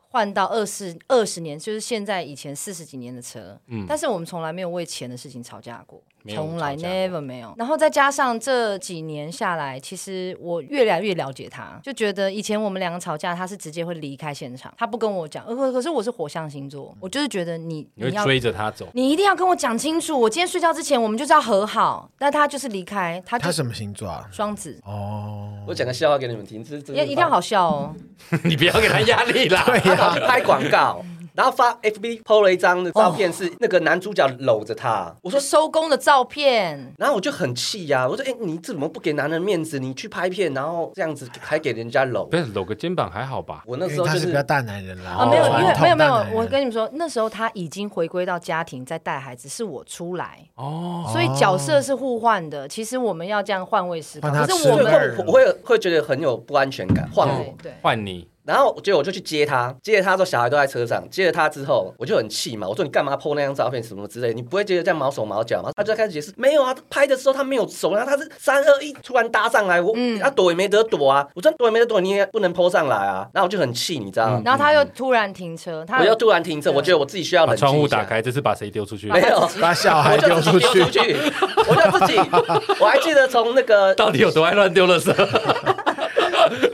换到二十二十年，就是现在以前四十几年的车，但是我们从来没有为钱的事情吵架过，
没有
从来
吵架过
never 没有。然后再加上这几年下来，其实我越来越了解他，就觉得以前我们两个吵架，他是直接会离开现场，他不跟我讲。呃，可可是我是火象星座，我就是觉得你
你会
你要
追着他走，
你一定要跟我讲清楚，我今天睡觉之前我们就是要和好。但他就是离开，他
他
就是
什么星座啊？
双子，
哦，
我讲个笑话给你们听，这是真的
也一定要好笑哦。
你不要给他压力 啦。
他跑去拍广告，然后发 FB PO 了一张的照片，是那个男主角搂着她。我
我说，
说
收工的照片，
然后我就很气呀、我说，哎、你怎么不给男人面子？你去拍片，然后这样子还给人家搂
不。是搂个肩膀还好吧？
我那
因
时
为
候
他
就是
比
是
较大男人啦。
啊，没有，
哦
因为没有没有，我
你
跟你们说，那时候他已经回归到家庭，在带孩子，是我出来，
哦，
所以角色是互换的。其实我们要这样换位思考，
换他
可是
吃
我
对
那
们
儿
会我会会觉得很有不安全感，换我
对。对。
换你，
然后结果我就去接他，接了他之后小孩都在车上，接了他之后我就很气嘛，我说你干嘛 po 那张照片什么之类的，你不会觉得这样毛手毛脚吗？他就开始解释，没有啊，拍的时候他没有手，啊然后他是三二一突然搭上来，我、
嗯
他躲也没得躲啊，我说躲也没得躲，你也不能 po 上来啊，然后我就很气，你知道吗？
然后他又突然停车，他
我又突然停
嗯
车，我觉得我自己需要
把
冷静一下
窗户打，开，这是把谁丢出去？
没有。
把小
我
孩
就
丢
自己
出
丢
去
出，去， 我就自己，我还记得从那个
到底有多爱乱丢 垃圾？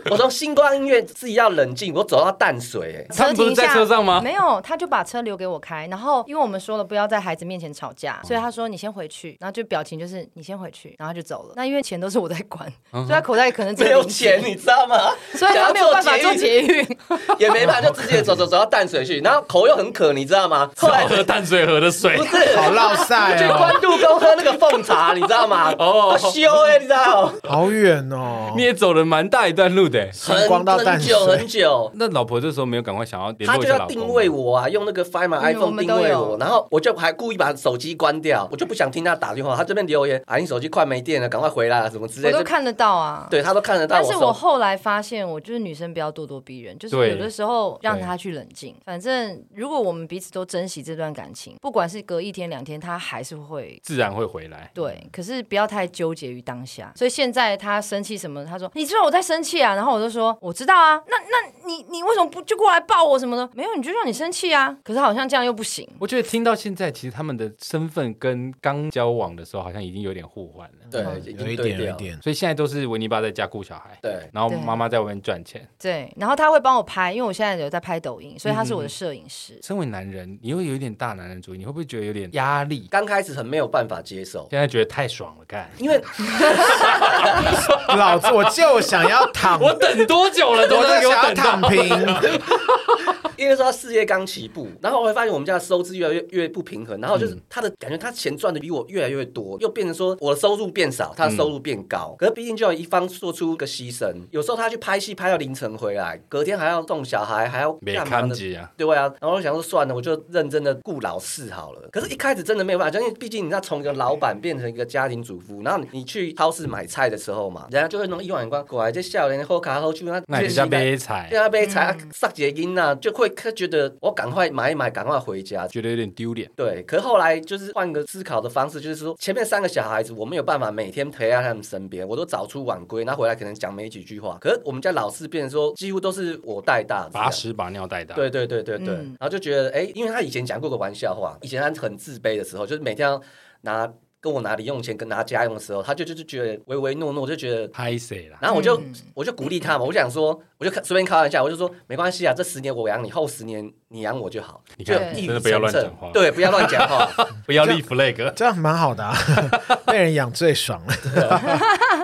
我从星光音乐自己要冷静，我走到淡水、
他们不
停
是
一下
在车上吗？
没有，他就把车留给我开。然后因为我们说了不要在孩子面前吵架，所以他说你先回去，然后就表情就是你先回去，然后他就走了。那因为钱都是我在管，所以他口袋可能
欸，
只
没有
零
钱，你知道吗？
所以他没有办法
想要
做
捷运
捷运。
也没办法，就直接走走走到淡水去，然后口又很渴，你知道吗？后来
少喝淡水河的水
不，是
好落晒
去
哦，
关渡宫喝那个凤茶，你知道吗？
哦
哦，修哎，你知道，
好远哦
你。也走了蛮大一段路的欸。
星光到淡
很久
水
很，久。
那老婆这时候没有赶快想要联
他
络
就
一下
要
老公
定
吗
位我啊，用那个 Find My
嗯我
iPhone
们
定
都有
位我，然后我就还故意把手机关掉，我就不想听他打电话。他这边留言啊，你手机快没电了，赶快回来啊，什么之
我
类
都
的。
看得到啊。
对他都看得到
但
我
是我
手。
后来发现，我就是女生不要咄咄逼人，就是
对
有的时候让
对
她去冷静。反正如果我们彼此都珍惜这段感情，不管是隔一天两天，她还是会。
自然会回来。
嗯
对，可是不要太纠结于当下。所以现在她生气什么，她说：“你知道我在生气啊。”然后我就说：“我知道啊，那那你你为什么不就过来抱我什么的？没有，你就让你生气啊。可是好像这样又不行。
我觉得听到现在，其实他们的身份跟刚交往的时候好像已经有点互换了，
对，已
有
经
一
对
点有一
调。
点，
所以现在都是维尼爸在家顾小孩，
对，
然后
对
妈妈在外面赚钱。
对，然后她会帮我拍，因为我现在有在拍抖音，所以她是
嗯
我的摄影师。
身为男人，你会有一点大男人主义，你会不会觉得有点压力？
刚开始很没有办法接受，
现在觉得太爽了， 干！
因为
老子我就想要躺，
我
我
等多久了？怎
就
么都
想
给
要
我等
躺
到？
平。
因为说他事业刚起步，然后我会发现我们家的收支越来越越不平衡，然后
嗯
就是他的感觉，他钱赚的比我越来越多，又变成说我的收入变少，他的收入变高。
嗯
可是毕竟就有一方做出个牺牲，有时候他去拍戏拍到凌晨回来，隔天还要送小孩，还要
没
干嘛
看
的。
机啊！
对啊，然后我想说算了，我就认真的顾老四好了。可是，一开始真的没有办法，因为毕竟你知道，从一个老板变成一个家庭主妇，然后你去超市买菜的时候嘛，人家就会弄一碗眼光过来，这笑脸后卡后去，那
那人家悲惨
对，啊，被查撒结音呐，就会他觉得我赶快买一买，赶快回家。
觉得有点丢脸。
对，可是后来就是换个思考的方式，就是说前面三个小孩子我没有办法每天陪啊在他们身边，我都早出晚归，那回来可能讲没几句话。可是我们家老四变成说几乎都是我带大，啊
把。屎把尿带大，
对对对对对，
嗯
然后就觉得哎，因为他以前讲过个玩笑话，以前他很自卑的时候，就是每天要拿跟我拿零用钱跟拿家用的时候，他就就是觉得唯唯诺诺，就觉得
拍谁啦？
然后我就、
嗯
我就鼓励他嘛，我就想说，我就随便开玩笑，我就说没关系啊，这十年我养你，后十年你养我就好。
你
就
看，
一语
真的不要乱
成
讲话
谶，对，不要乱讲话。
不要立 flag。
这样蛮好的、啊， 被人养最爽了。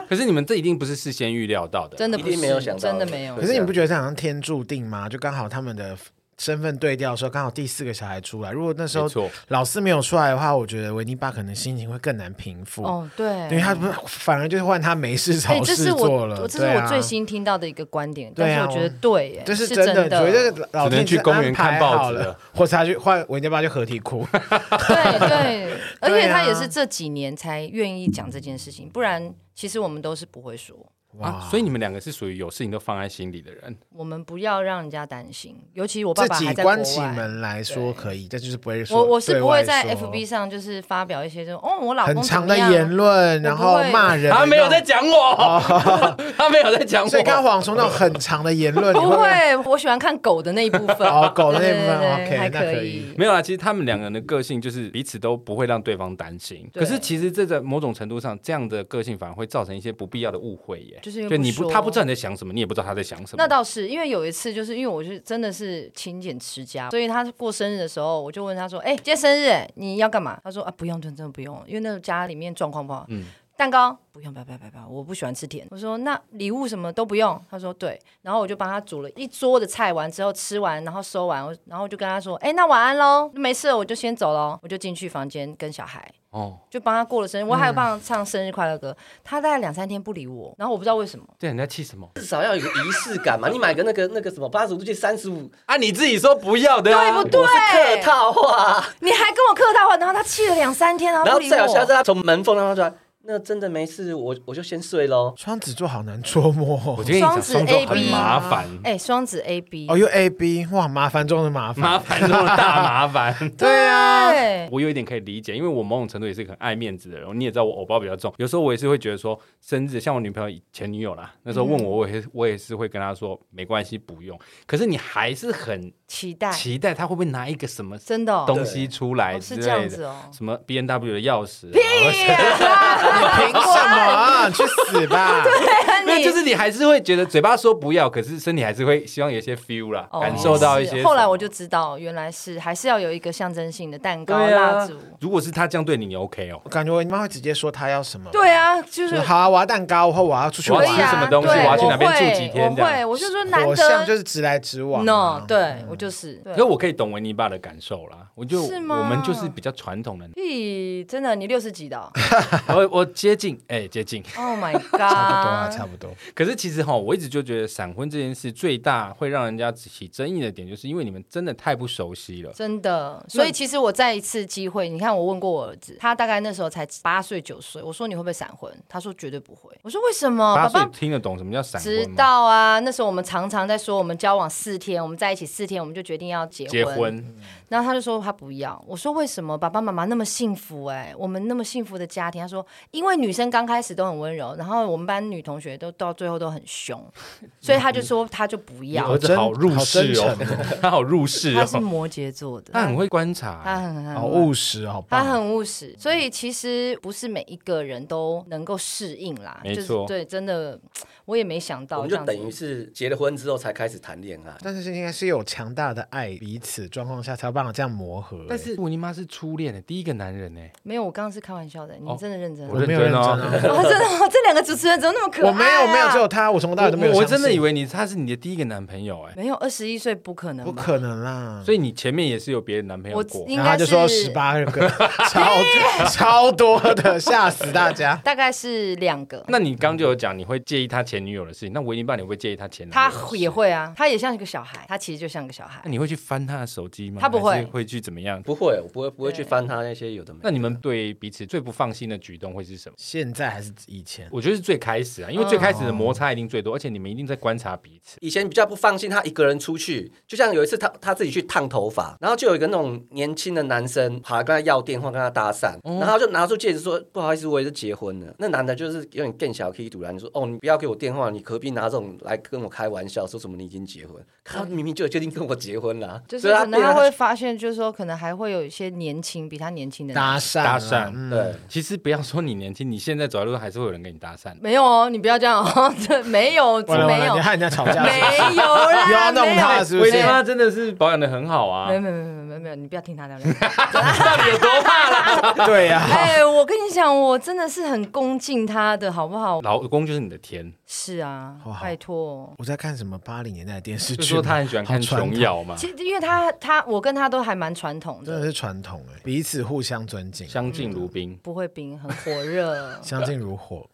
可是你们这一定不是事先预料到的，
真的不
一定没有
是
想，到
真的 没有
可。是你不觉得这好像天注定吗？就刚好他们的身份对调的时候，刚好第四个小孩出来。如果那时候
没错
老四没有出来的话，我觉得维尼爸可能心情会更难平复。
哦，对，
因为他不是反而就是换他没事
哎，
找
这
事
是
做
我
了，
我这是
对
我
啊
最新听到的一个观点，
对
但
啊
是我觉得对，耶，
这是
是
真的，
的，
所以这个老
只能
天
去
是
公园
安排
看报
好
纸
了
了，
或者他去换维尼爸去合体哭，
对 对，而
对
且
啊
他也是这几年才愿意讲这件事情，不然其实我们都是不会说。
啊，所以你们两个是属于有事情都放在心里的人。
我们不要让人家担心，尤其我爸
自
爸还
己
在国
关起
外。
门来说可以，但就是不会说
我我是
对
不会
外
在
说
FB 上就是发表一些这种哦，我老
很
公怎
长
么
的
样
言论，然后骂人。
他没哦有在讲我， 他没有在讲
所以刚刚
我。
黄说那种很长的言 论，你
不
会会
会，我喜欢看狗的那一部分。
哦狗的那一部分
对对对
OK，
还
那可以
以。
没有啦，其实他们两个人的个性就是彼此都不会让对方担心。
对
可是其实这在某种程度上，这样的个性反而会造成一些不必要的误会耶。
就是因为
就
不
你不，
说
他不知道你在想什么，你也不知道他在想什么。
那倒是，因为有一次，就是因为我是真的是勤俭持家，所以他过生日的时候，我就问他说：“哎、今天生日哎你要干嘛？”他说：“啊，不用，真的不用，因为那个家里面状况不好。”
嗯
蛋糕不用，不要不要不要不要，我不喜欢吃甜。我说那礼物什么都不用，他说对，然后我就帮他煮了一桌的菜，完之后吃完，然后收完，我然后我就跟他说，哎，那晚安喽，没事了，我就先走喽，我就进去房间跟小孩，
哦，
就帮他过了生日，我还有帮他唱生日快乐歌，他大概两三天不理我，然后我不知道为什么，
对，你在气什么
至少要有一个仪式感嘛。你买个那个那个什么八十五度 G 三十五，
啊？你自己说不要的啊，
对不对
我是客套话，
你还跟我客套话，然后他气了两三天，然
然
后不
后
理
再有下次
我。
他从门缝当中出来，那真的没事，我我就先睡喽。
双子座好难捉摸哦
我，觉得你讲
双子
双子很
AB
麻烦，
哎，双子 A B，
哦，又 A B，哇，麻烦中的麻烦。
麻烦中的大麻烦。
对啊，
我有一点可以理解，因为我某种程度也是个很爱面子的人。你也知道我偶包比较重，有时候我也是会觉得说，生日像我女朋友以前女友啦，
嗯
那时候问我，我也是我也是会跟她说没关系，不用。可是你还是很
期待
期待她会不会拿一个什么
真的哦
东西出来
哦
之
是这样
类
子
的，
哦。
什么 B N W 的钥匙啊，
凭什么啊？你去死吧！
没有，就是你还是会觉得嘴巴说不要，可是身体还是会希望有一些 feel 啦，
哦
感受到一
是
些。
后来我就。知道，原来是还是要有一个象征性的蛋糕、
对啊
蜡烛。，
如果是他这样对你，你 OK 哦？
我感觉我妈会直接说她要什么。
对啊，就
就是是。好啊，我要蛋糕，或我要出去
我
玩
可
要
以
吃
啊，
什么东西
对
我要去哪边
会
住几天这
我
样
会，我就说难
火象
得
就是直来直往啊。
no，对我就是。对
可是我可以懂维尼爸的感受啦，我就是
吗
我们就是比较传统的，
屁，真的，你六十几的 哦
我我接近，哎、接近。
？Oh my
差不多啊，
god！
差不多。
可是其实哈，我一直就觉得闪婚这件事最大会让人家起争议的点，就是因为你们真的太不熟悉了。
真的，所以其实我在一次机会，你看我问过我儿子，他大概那时候才八岁九岁，我说你会不会闪婚？他说绝对不会。我说为什么？
八
爸
岁
爸
听得懂什么叫闪
知
婚吗？
道啊，那时候我们常常在说，我们交往四天，我们在一起四天，我们就决定要结
结婚，
然后他就说他不要。我说为什么？爸爸妈妈那么幸福哎、我们那么幸福的家庭。他说因为女生刚开始都很温柔，然后我们班女同学都到最后都很凶，所以他就说他就不
你
要
儿。子好入世
好
哦
真诚，
他好入世
他是
哦，
摩羯座的，
他很会哦观
他
察。
很很
好
很
务实，好
他
棒。
嗯很务实，所以其实不是每一个人都能够适应啦。
没
就是
错
对，真的我也没想
我
到
们
这
就
样子
等于是结了婚之后才开始谈恋爱。
但是应该是有强大的爱彼此状况下才有办法这样磨合。欸
但是我尼妈是初恋欸的第一个男人呢，
没有，我刚刚是开玩笑的，你
哦
真的认真
我
了。
我没有认真
认
啊，
哦，真的吗，这两个主持人怎么那么可爱、啊？
我没有没有，只有他，我从头到尾都没有
我我
相信
真的以为你他是你的第一个男朋友哎，
没有二十一岁不可能吧，
不可能啦。
所以你前面也是有别的男朋友
我
过。
应
然后他
该
就是说十八个， 超超多的，吓死大家。
大概是两个。
那你刚就有讲你会介意他前女友的事情，那维尼爸你会不会介意他前男友
他
的事
也会啊，他也像一个小孩，他其实就像个小孩
嗯
那。你会去翻他的手机吗？
他不会
还是会去怎么样？
不会，我不会不会去
对
翻他那些有的没的。
那你们对彼此最不放心的举动会是什么？
现在还是以前，
我觉得是最开始啊，因为最开始的
哦
摩擦一定最多，而且你们一定在观察彼此。
以前比较不放心他一个人出去，就像有一次他他自己去烫头发，然后就有一个那种年轻的男生跑来跟他要电话，跟他搭讪，
哦
然后他就拿出戒指说不好意思，我也是结婚了。那男的就是有点更小 K 堵然，你说哦你不要给我电话，你何必拿这种来跟我开玩笑，说什么你已经结婚？他明明就决定跟我结婚了啊，
就
所
是
以
可能
变
他
成
会发现，就是说，可能还会有一些年轻比他年轻的人。
搭讪
搭
啊
讪
嗯
对。
其实不要说你年轻，你现在走在路上还是会有人跟你搭讪。
没有哦，你不要这样哦， 这没有，这
完了完
没
了，
有
你，和人家吵架是不是，
没有啦，
又要弄他
没
了
有
是不
维
是
尼？妈真的是保养的很好啊
没有，没有没有没有没有，你不要听他的。 没有
到底有多怕啦？
对呀，
哎，我跟你讲，我真的是很恭敬他的，好不好？
老公就是你的天，
是啊
哇，
拜托。
我在看什么八零年代的电视
就
剧
说
吗，
他很喜欢看
好传统
琼瑶嘛，
其实因为他他我跟他都还蛮传统
真的
的，
是传统哎，彼此互相尊敬，。
相
嗯
敬如宾。
不会冰，很火热
相敬如火。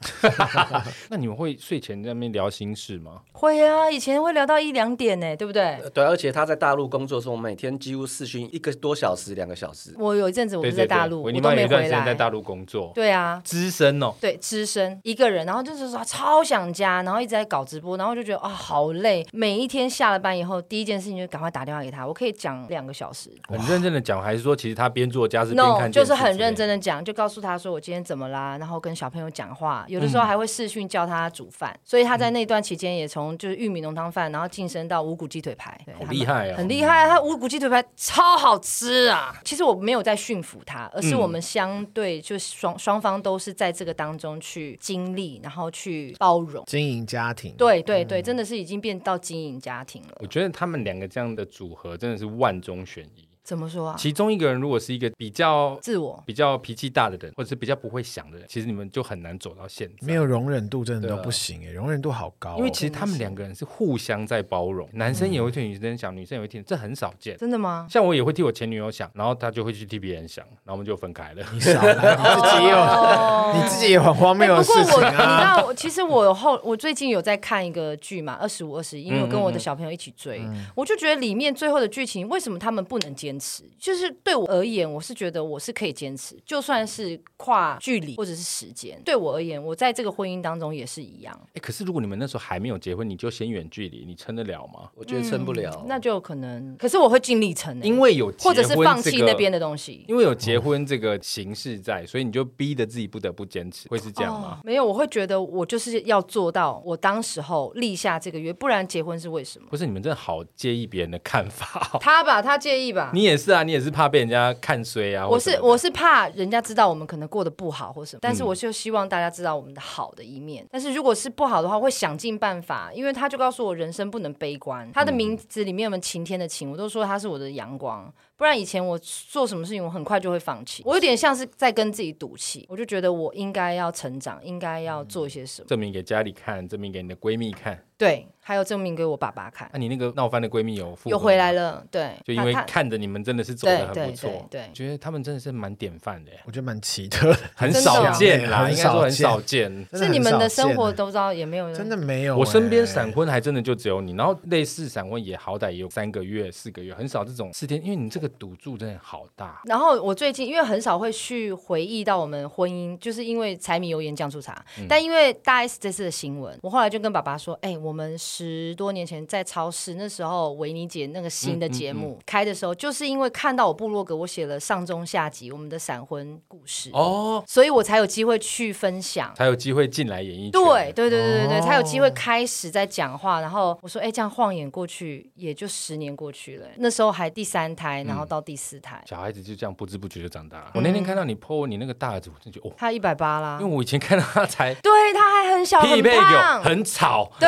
那你们会睡前在那边聊心事吗？
会啊，以前会聊到一两点呢，对不对？
对，而且他在大陆工作的时候，每天几乎视讯一个多小时、两个小时。
我有一阵子我不
对
是
对
在大
对，
陆，
维尼
我都
妈有
没
一段
回
时间在
来。
大陆工作，
对啊，
资深哦，
对，只身一个人，然后就是说超想家，家，然后一直在搞直播，然后就觉得啊、好累。每一天下了班以后，第一件事情就是赶快打电话给他，我可以讲两个小时。
很认真的讲，还是说其实他边做家事边
no，
看电视之
就
类的，
是很认真的讲，就告诉他说我今天怎么啦，然后跟小朋友讲话，有的时候还会视讯叫他煮饭，所以他在那段期间也从就是玉米浓汤饭，然后晋升到五谷鸡腿排，对
好
他
厉
们
害啊
很厉害啊！他五谷鸡腿排超好吃啊！其实我没有在驯服他，而是
嗯
我们相对就双双方都是在这个当中去经历，然后去包容。
经营家庭，
对对
嗯
对，真的是已经变到经营家庭了。
我觉得他们两个这样的组合真的是万中选一。
怎么说啊？
其中一个人如果是一个比较
自我
比较脾气大的人，或者是比较不会想的人，其实你们就很难走到现在。
没有容忍度真的
对
都
啊
不行哎，容忍度好高哦，
因为其实他们两个人是互相在包容，男生
嗯
也会替女生想，女生也会替，这很少见。
真 的吗？
像我也会替我前女友想，然后她就会去替别人想，然后我们就分开了。
你少 来，你
哎
自己有
哦
你自己有很荒
哎，
谬的
不
事
过我，
情
你知
啊。
道，我其实我有后，我最近有在看一个剧嘛，《二十五二十一》，因为我跟
嗯
我的小朋友一起追，我就觉得里面最后的剧情为什么他们不能坚持？就是对我而言，我是觉得我是可以坚持，就算是跨距离或者是时间，对我而言，我在这个婚姻当中也是一样，
哎，可是如果你们那时候还没有结婚，你就先远距离，你撑得了吗？
我觉得撑不了。
嗯那就可能，可是我会尽力撑、欸，
因为有结
或
婚
者是放弃
这个
那边的东西。
因为有结婚这个形式在，所以你就逼得自己不得不坚持，会是这样吗？
没有，我会觉得我就是要做到我当时候立下这个约，不然结婚是为什么？
不是，你们真的好介意别人的看法、 哦。
他吧，他介意吧？
你也是啊，你也是怕被人家看衰啊。
我
或什
是
么的
我是怕人家知道我们可能过得不好或什么，但
嗯
是我就希望大家知道我们的好的一面。但是如果是不好的话，会想尽办法，因为他就告诉我人生不能悲观。
嗯
他的名字里面有没有晴天的晴，我都说他是我的阳光。不然以前我做什么事情，我很快就会放弃。我有点像是在跟自己赌气，我就觉得我应该要成长，应该要
嗯
做一些什么。
证明给家里看，证明给你的闺蜜看。
对，还有证明给我爸爸看
那、，你那个闹翻的闺蜜有复
又回来
了，
了。对，
啊就因为
他他
看着你们真的是走得很
对
不
对
错，
对对
我觉得他们真的是蛮典范的耶，欸
我觉得蛮奇特的，
很
真的
少见啦，
很
应该说很
少
少见。啊
真
是你们的
很少见啊
生活都知道也没有人
真的没有欸。
嗯我身边闪婚还真的就只有你，然后类似闪婚也好歹也有三个月、四个月，很少这种四天，因为你这个赌注真的好大。
然后我最近因为很少会去回忆到我们婚姻，就是因为柴米油盐酱醋茶。但因为大 S 这次的新闻，我后来就跟爸爸说：“哎、我们十多年前在超市，那时候维尼姐那个新的节目、开的时候，就是因为看到我部落格，我写了上中下集我们的闪婚故事，
哦，
所以我才有机会去分享。”
才有机会进来演艺圈。
对，对对对对对，才有机会开始在讲话。然后我说，哎，这样晃眼过去也就十年过去了。那时候还第三胎，然后到第四胎，
小孩子就这样不知不觉就长大
嗯
了。我那天看到你 PO 你那个大儿子，我真的觉得哦，
他一百八啦，
因为我以前看到他才
对，啊 他还很小，
屁
很
配狗，
胖，
很吵。
对，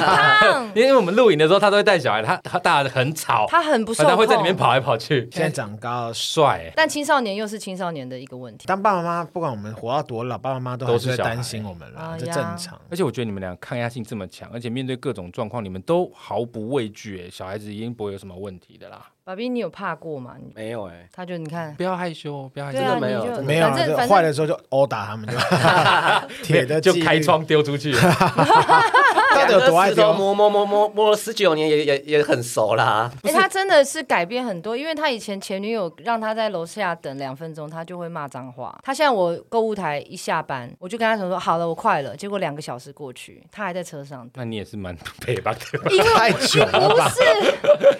胖，
因为我们录影的时候，他都会带小孩，他他大儿子很吵，
他很不受控。
他会在里面。跑来跑去。
现在长高了，
帅欸，
但青少年又是青少年的一个问题。
当爸爸妈妈不管我们活到多老，爸爸妈妈都还
都是
是会
小孩
担心我们啦
哎，
这
呀
正常。
而且我觉得你们俩抗压性这么强，而且面对各种状况，你们都毫不畏惧。哎，小孩子一定不会有什么问题的啦。
爸比，你有怕过吗？你
没有哎、
他就你看，
不要害羞，不要害羞
对，啊，
真的没有
你
真
就
的
没有啊，
反
就
正反
坏
正
的时候就殴打他们就， 铁的
就
纪律
开，窗丢出去。。
到底
两
有多
个
爱哦
石头
丢？
磨磨磨磨磨了十九年也，也也很熟啦。
哎、他真的是改变很多，因为他以前前女友让他在楼下等两分钟，他就会骂脏话。他现在我购物台一下班，我就跟他讲说好了，我快了。结果两个小时过去，他还在车上
那你也是蛮配吧？
因为
太久了
不
吧？
是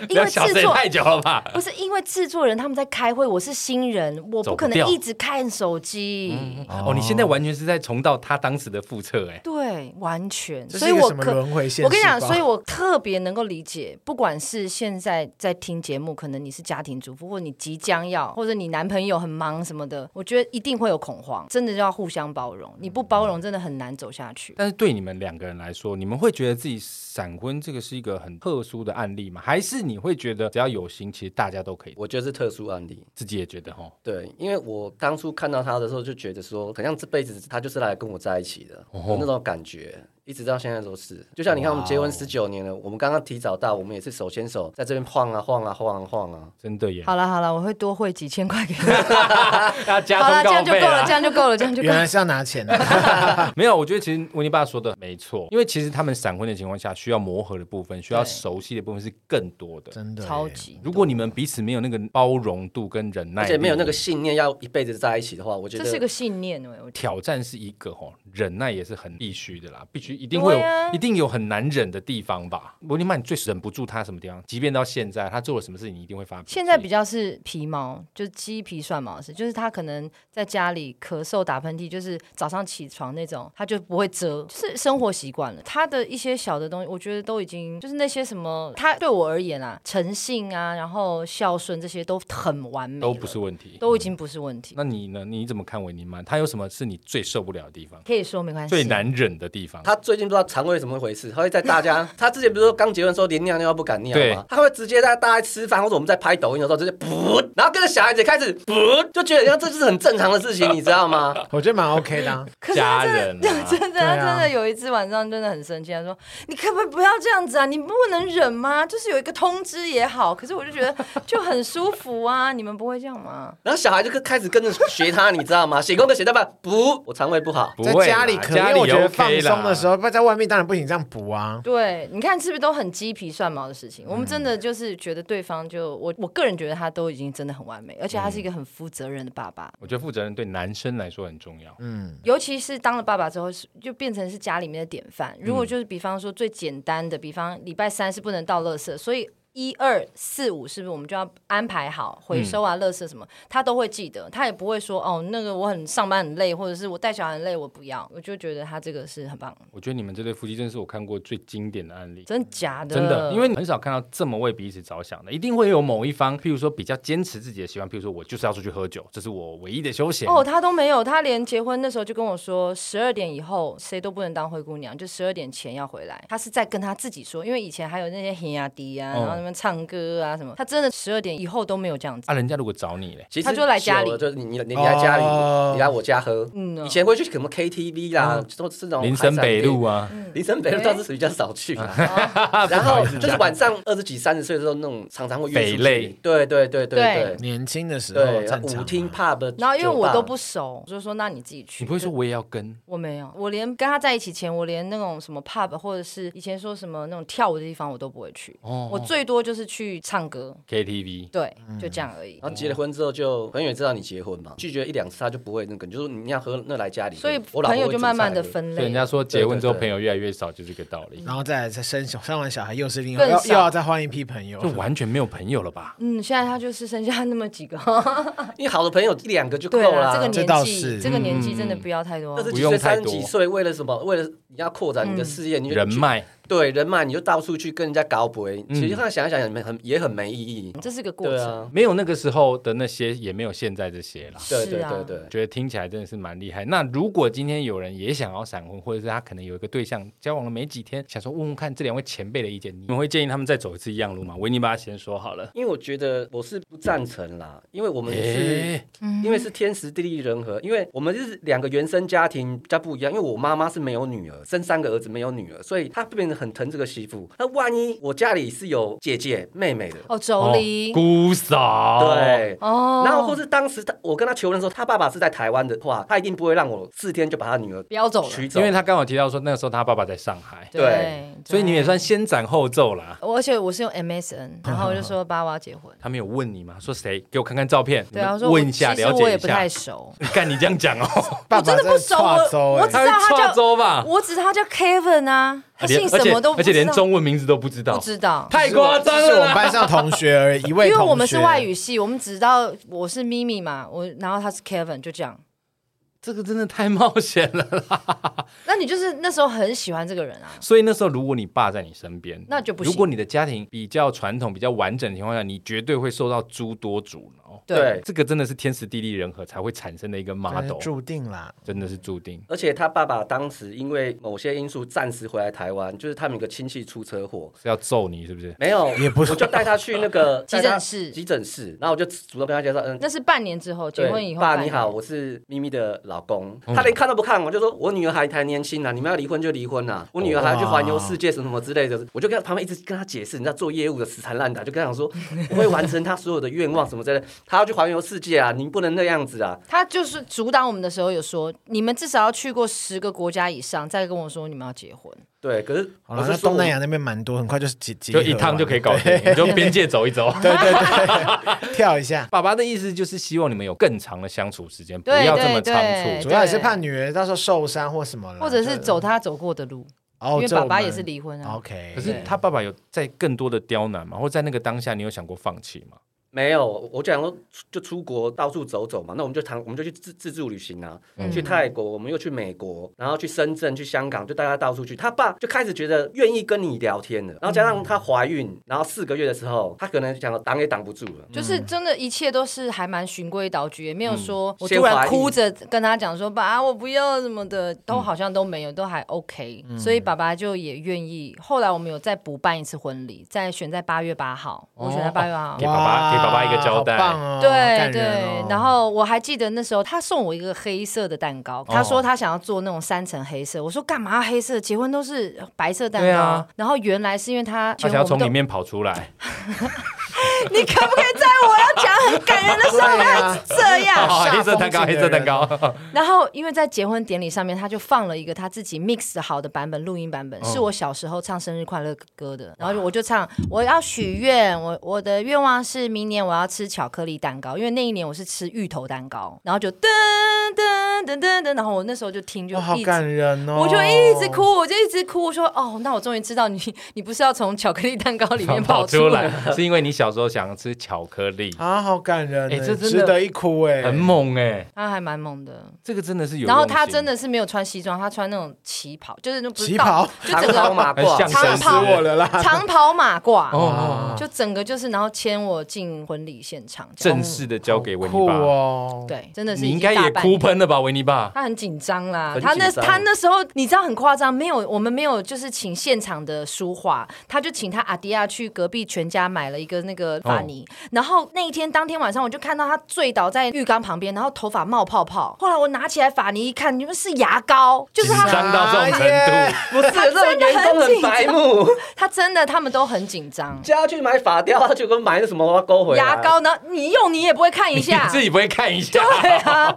因
两
为
小时
制
也
作
太久了吧？
不是因为制作人他们在开会，我是新人，我
走不
不可能
掉
一直看手机。
嗯
哦，你现在完全是在重蹈他当时的覆辙，哎，
对，完全，
这
所
是
以
一个
我
什么
可
轮回现
我跟你讲，
世报
所以我特别能够理解，不管是现在在听节目，可能你是家庭主妇，或你即将要，或者你男朋友很忙什么的，我觉得一定会有恐慌，真的就要互相包容。你不包容，真的很难走下去。
但是对你们两个人来说，你们会觉得自己闪婚这个是一个很特殊的案例吗？还是你会觉得只要有心，其实大家都可以？
我觉得是特殊案例。
自己也觉得哈，
对，因为我当初看到他的时候，就觉得说，好像这辈子他就是来跟我在一起的，
哦
有那种感觉，一直到现在都是。就像你看，我们结
哦
婚十九年了，我们刚刚提早到，我们也是手牵手在这边晃啊晃啊晃啊晃啊。
真的耶，
好了好了，我会多汇几千块给 他。
要加
好了，
通
这
告
样就
费
够
啊
了，这
啦。
样就够了，这样就够
原
了。
来是要拿钱的，
没有，我觉得其实维尼爸说的没错，因为其实他们闪婚的情况下，需要磨合的部分，需要
对
熟悉的部分是更多的。
真的耶
超级，
如果你们彼此没有那个包容度跟忍耐
而
力，
且没有那个信念要一辈子在一起的话，我觉
这
得
是个信念哎，我觉得
挑战是一个哦，忍耐也是很必须的啦，必须一定会有、
对啊
一定有很难忍的地方吧？我尼玛，你最忍不住他什么地方？即便到现在，他做了什么事情，你一定会发脾气。
现在比较是皮毛，就是鸡皮蒜毛的事，就是他可能在家里咳嗽、打喷嚏，就是早上起床那种，他就不会遮，就是生活习惯了。他的一些小的东西，我觉得都已经就是那些什么，他对我而言啊，诚信啊，然后孝顺这些都很完美，
都不是，问题。
都已经不是问题。
那你呢？你怎么看维尼曼？他有什么是你最受不了的地方？
可以说没关系，
最难啊忍的地方？
他最近不知道肠胃怎么回事，他会在大家，他之前不是说刚结婚的时候连尿尿都不敢尿
对
吗？他会直接在大家吃饭或者我们在拍抖音的时候直接噗，然后跟着小孩子开始噗，就觉得像这就是很正常的事情，你知道吗？
我觉得蛮 OK 的、啊。
可是
家
他
人
真
啊
的， 真
对
的，
啊
他真的有一次晚上真的很生气，他说：“你可不可以不要这样子啊？你不能忍吗？就是有一个通知也好，可是我就觉得就很舒服啊，你们不会这样吗
然后小孩就跟开始跟着学他，你知道吗？写 功课写到半，噗，我肠胃不好。
不
在
会啦
家里可
家
能
里
我觉得放
OK 啦
松的时候，不然在外面当然不行这样补啊？”。
对，你看是不是都很鸡皮蒜毛的事情？我们真的
嗯
就是觉得对方就我，我个人觉得他都已经真的很完美，而且他
嗯
是一个很负责任的爸爸，
我觉得负责任对男生来说很重要。
尤其是当了爸爸之后，是就变成是家里面的典范。如
嗯
果就是比方说最简单的，比方礼拜三是不能倒垃圾，所以。一二四五是不是我们就要安排好
嗯
回收啊、垃圾什么，他都会记得，他也不会说哦，那个我很上班很累，或者是我带小孩很累，我不要。我就觉得他这个是很棒，
我觉得你们这对夫妻真是我看过最经典的案例。
真假的？
真的，因为很少看到这么为彼此着想的，一定会有某一方，譬如说比较坚持自己的习惯，譬如说我就是要出去喝酒，这是我唯一的休闲。
哦，他都没有，他连结婚那时候就跟我说，十二点以后谁都不能当灰姑娘，就十二点前要回来。他是在跟他自己说，因为以前还有那些黑亚迪啊，
哦
然后他们唱歌啊什么，他真的十二点以后都没有这样子。
啊，人家如果找你嘞，
其实
他就来家里
久了就是你你你来家里，
哦
你来我家喝。
嗯
以前会去什么 KTV 啦，都是这
哦
种
嗯林森北路
啊，
啊，
林森北路
哎
倒是属于比较少去啦。
哦
然后就是晚上二十几、三十岁的时候，那种常常会约出去
匪类，
对对对对
对
年轻的时候
对
正
对，
常、啊
舞厅、pub，
然后因为
酒
我
吧
都不熟，我就说那你自己去。
你不会说我也要跟？
我没有，我连跟他在一起前，我连那种什么 pub 或者是以前说什么那种跳舞的地方，我都不会去。
哦嗯
我最多就是去唱歌，
KTV
对，就这样而已。
然后结了婚之后就，朋友也知道你结婚嘛，拒绝一两次他就不会那个，你就说你要喝那来家里喝，
所以
我老婆
朋友
会
就
煮
慢慢
菜
的
喝。
分
所以
类
人。家说结婚之后
对对对
朋友越来越少，就这个道理，
然后再来再生小生完小孩又是另外
更
又
少
又要再换一批朋友
就，完全没有朋友了吧？
嗯，现在他就是剩下那么几个。
因为好的朋友一两个就够
对啦，
啦。
这个
这
年
倒
纪，
是
这个年纪真
嗯
的不要太多
二。十
不
几
用
岁、
太
三十
多
几岁，为了什么？为了你要扩展你
嗯
的事业，你就
人脉嗯
对人脉，你就到处去跟人家搞博。其实他想一想，也没很也很没意义。
这是个过
对
程，
啊，
没有那个时候的那些，也没有现在这些啦。
对
是
对
啊
对对。
觉得听起来真的是蛮厉害。那如果今天有人也想要闪婚，或者是他可能有一个对象交往了没几天，想说问问看这两位前辈的意见，你们会建议他们再走一次一样路吗？嗯维尼巴先说好了。
因为我觉得我是不赞成啦，因为我们是
诶，
嗯
因为是天时地利人和，因为我们就是两个原生家庭比较不一样。因为我妈妈是没有女儿，生三个儿子没有女儿，所以她变得很疼这个媳妇。那万一我家里是有姐姐妹妹的，
哦，妯娌，
姑嫂，，
对。
哦，
然后，或是当时他我跟他求婚的时候，他爸爸是在台湾的话，他一定不会让我四天就把他女儿
飙走了，
娶走，
因为他刚好提到说那个时候他爸爸在上海，
对
对，
所以你也算先斩后奏啦。
我，而且我是用 MSN，然后我就说爸我要结婚。
他们有问你吗？说谁给我看看照片？
对啊，
你们
我说我
问一下，
其实
了
我
解
也
一
不 太
下。
熟，
干你这样 讲哦，
爸爸
我真的不熟，
跨
我
州
我
欸
只知道
会
他
跨
叫，
州吧？
我只知道他叫 Kevin 啊，他姓
而
什
且
么都不
而且
知
啊连
道，
中文名字都不知
不
道，
知道。
太夸张
是我
了
们
啦。
班上同学而已，一位
因为
同学
我们是外，语系，我们只知道我是咪咪嘛，我然后他是 Kevin，就这样。
这个真的太冒险了 啦。
那你就是那时候很喜欢这个人啊，
所以那时候，如果你爸在你身边，
那就不行
如果你的家庭比较传统、比较完整的情况下，你绝对会受到诸多阻挠。
对
这个真的是天时地利人和才会产生的一个
对啊
model，
注定啦。
真的是注定。
而且他爸爸当时因为某些因素暂时回来台湾，就是他们有个亲戚出车祸，
是要揍你是 不是？
没有，
也不是
我就带他去那个
急诊室
带他急诊室，然后我就主动跟他介绍，嗯，
那是半年之后结婚以后半
爸
年。
你好，我是咪咪的老公。
嗯
他连看都不看，我就说我女儿还还年轻啊，你们要离婚就离婚啊，我女儿还要去环游世界什么什么之类的，我就跟他旁边一直跟他解释，你知道做业务的死缠烂打，就跟他 讲说我会完成他所有的愿望什么之类的，他要去环游世界啊，你不能那样子啊。
他就是阻挡我们的时候有说，你们至少要去过十个国家以上，再跟我说你们要结婚。
对，可是
好
我
了，
是
那
说
东
我
南亚那边蛮多，很快就是几
就一趟就可以搞定，你就边界走一 走。
对对对， 跳一下。
爸爸的意思就是希望你们有更长的相处时间，不
对
要这么
对
仓
对
促。
主要也是怕女儿到时候受伤或什么了，
哎或者
就是
走他走过的路，
啊哦，
因为
这我
爸爸
们哦
也是离婚啊。
OK，
可是他爸爸有在更多的刁难嘛，或在那个当下，你有想过放弃吗？
没有，我就想说就出国到处走走嘛，那我们就谈，我们就去自自助旅行啊，
嗯
去泰国，我们又去美国，然后去深圳、去香港，就大家到处去。他爸就开始觉得愿意跟你聊天了，然后
嗯
加上她怀孕，然后四个月的时候，她可能想挡也挡不住了。
嗯
就是真的，一切都是还蛮循规蹈矩，也没有说我
先
突
怀
然
疑
哭着跟他讲说“爸，我不要”什么的，都好像都没有，都还 OK。所
嗯
以爸爸就也愿意。后来我们有再补办一次婚礼，再选在八月八号，我选在八月
哦
八号
给。爸爸
哇
给爸爸一个交代
好棒哦，
对
感
对
人哦，
然后我还记得那时候他送我一个黑色的蛋糕，他
哦
说他想要做那种三层黑色，我说干嘛黑色？结婚都是白色蛋
对
糕。
啊
然后原来是因为他
他想
结婚
要
我
从
们都
里，面跑出 来，
你可不可以在我要讲很感人的时候
对啊
还这 样？
哦
煞
黑色蛋糕，
风景
黑
的
色蛋糕，
然后，因为在结婚典礼上面，他就放了一个他自己 mix 好的版本，录音版本、是我小时候唱生日快乐歌的。然后我就唱，我要许愿，我我的愿望是明年我要吃巧克力蛋糕，因为那一年我是吃芋头蛋糕。然后就噔噔噔噔噔，然后我那时候就听就
哇，好
一直。
感人哦，
我就一直哭，我就一直哭。我说哦，那我终于知道你，你不是要从巧克力蛋糕里面跑
跑
出
出
来
来，， 是因为你小时候想吃巧克力，
啊，好感人
哎
哎，
这真的
值得一哭哎，
很猛哎，
他还蛮猛的。
这个真的是有。
然后他真。的是没有穿西装，他穿那种旗袍，就是那不是
旗
到
袍
就整
长袍
个
马褂
很像
长
神
死
似
袍
我了啦，
长袍马褂，
哦，
就整个就是，然后牵我进婚礼现场，这样
正式的交给维尼
酷
爸，
哦，
对，真的是
你
已
应
经
该也
大半
哭喷了吧，维尼爸？
他很紧张啦，
很
他那
紧张
他那时候你知道很夸张，没有我们没有就是请现场的书画，他就请他阿迪亚去隔壁全家买了一个那个发泥，
哦
然后那一天当天晚上我就看到他醉倒在浴缸旁边，然后头发冒泡泡，后来我拿起来法泥一看，你们是牙膏，就是
紧
他
张到这种程
哎
度
呀，
不是，那种员工很白目，
他真的他们都很紧张，
叫他去买发雕，他就跟买那什么勾回来
牙。膏呢你用你也不会看一下
你。自己不会看一下？
对啊，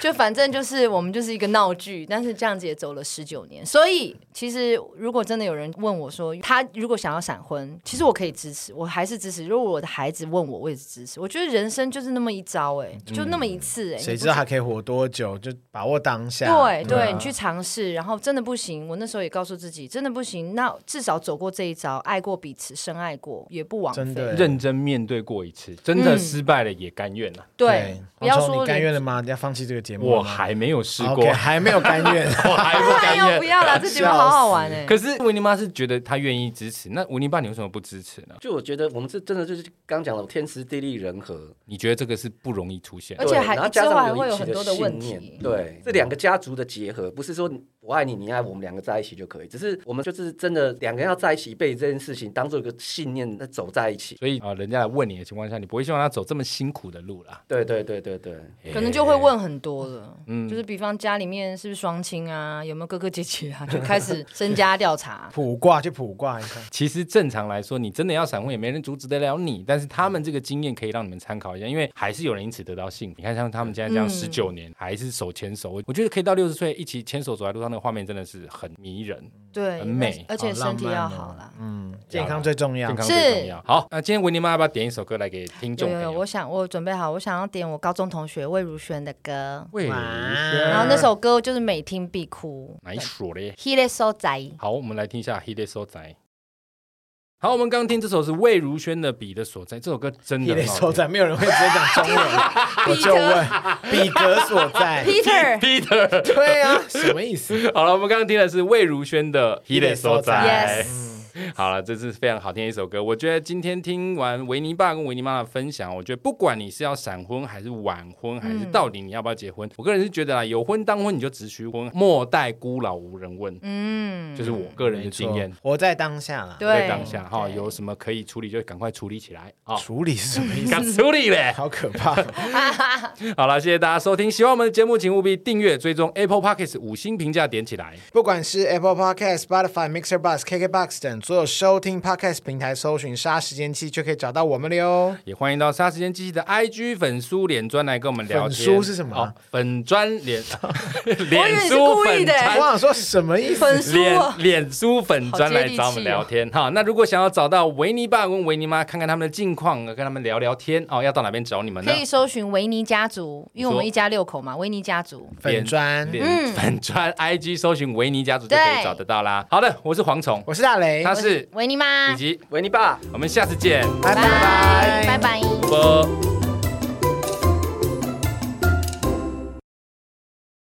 就反正就是我们就是一个闹剧，但是这样子也走了十九年，所以其实如果真的有人问我说他如果想要闪婚，其实我可以支持，我还是支持。如果我的孩子问我，我也是支持。我觉得人生就是那么一招、哎、就那么一次、哎，
谁
你不
知道还可以活多久？就把握当下。
对
啊
对，你去尝试，然后真的不行，我那时候也告诉自己，真的不行，那至少走过这一招，爱过彼此，深爱过，也不枉
真的
费。
欸
认真面对过一次，真的
嗯
失败了也甘愿了。
对，不要
黄虫
说
你甘
连
愿了吗？你要放弃这个节目了吗？
我还没有试
嗯 OK，
过，
还没有甘愿。。
我还不
哎呦，
甘
不
愿。
要啦，这节目好好玩哎、
可是维尼妈是觉得她愿意支持，那维尼爸你为什么不支持呢？
就我觉得我们这真的就是刚讲了天时地利人和，
你觉得这个是不容易出现
而
的？
且
对
还
然后加
之后还
上
会有
有一起
很多的
的
问
信念
题
对，这两个家族的结合，不是说我爱你，你爱我，我们两个在一起就可以。只是我们就是真的两个人要在一起一辈子这件事情，当做一个信念在走在一起。
所以啊、呃人家来问你的情况下，你不会希望他走这么辛苦的路啦。
对对对对对，
可能就会问很多
嗯
了，就是比方家里面是不是双亲啊，有没有哥哥姐姐啊，就开始身家调查
卜卦去卜卦一下，
其实正常来说，你真的要闪婚也没人阻止得了你，但是他们这个经验可以让你们参考一下，因为还是有人因此得到幸福。你看，像他们现在这样
嗯
十九年、还是手牵手，我我觉得可以到六十岁一起牵手走在路上，那个画面真的是很迷人。
对，
很美哦
而且身体要好啦。
嗯，健康最重要
健。康最重要。好，那今天维尼妈要不要点一首歌来给听
有
众
有
朋
有，
友
我？想我准备好，我想要点我高中同学魏如萱的歌，
魏如萱，
然
然后 那首歌就是每听必哭。
哪一首嘞？
h i l e so 仔，
好，我们来听一下《He 的所在》。好，我们刚刚听这首是魏如萱的《笔的所在》，这首歌真
你
的
的
很好
所
听。
在，没有人会直接讲中文，我就问彼得所 在。
Peter，
Peter，
对 啊，什么意思？
好了，我们刚刚听的是魏如萱的《He 的所在
Yes》。
好了，这是非常好听的一首歌。我觉得今天听完维尼爸跟维尼妈的分享，我觉得不管你是要闪婚还是晚婚，还
嗯
是到底你要不要结婚，我个人是觉得啦，有婚当婚你就只许婚，莫待孤老无人问，
嗯，
就是我个人的经验
没。错活在当下啦。
在
对
当下哈，
对
有什么可以处理就赶快处理起来啊！
处理是什么意思？
敢处理嘞！
好可怕！哦
好了，谢谢大家收听，喜欢我们的节目，请务必订阅、追踪 Apple Podcast 五星评价点起来。
不管是 Apple Podcast、Spotify、Mixer Box、KKBox 等所有收听 Podcast 平台搜寻“杀时间机”就可以找到我们了 哟。
也欢迎到杀时间机器的 IG 粉书脸专来跟我们聊天。
粉书是什么
哦，粉专 脸，
我以
脸
为你是
书
故意
粉
的
专
我。想说什么 意思？
粉书
脸
啊
脸书粉专来找我
好接地气
们
哦
聊天哈、那如果想要找到维尼爸跟维尼妈，看看他们的近况，跟他们聊聊天哦，要到哪边找你们呢
可？以搜寻维尼家族，因为我们一家六口嘛，维尼家族。
粉砖，
脸
嗯
粉专 IG 搜寻维尼家族就可以
对
找得到啦。好的，我是蝗虫，
我是大雷，
他是
维尼妈
以，及
维尼爸。
我们下次见，
拜
拜拜拜。
啵。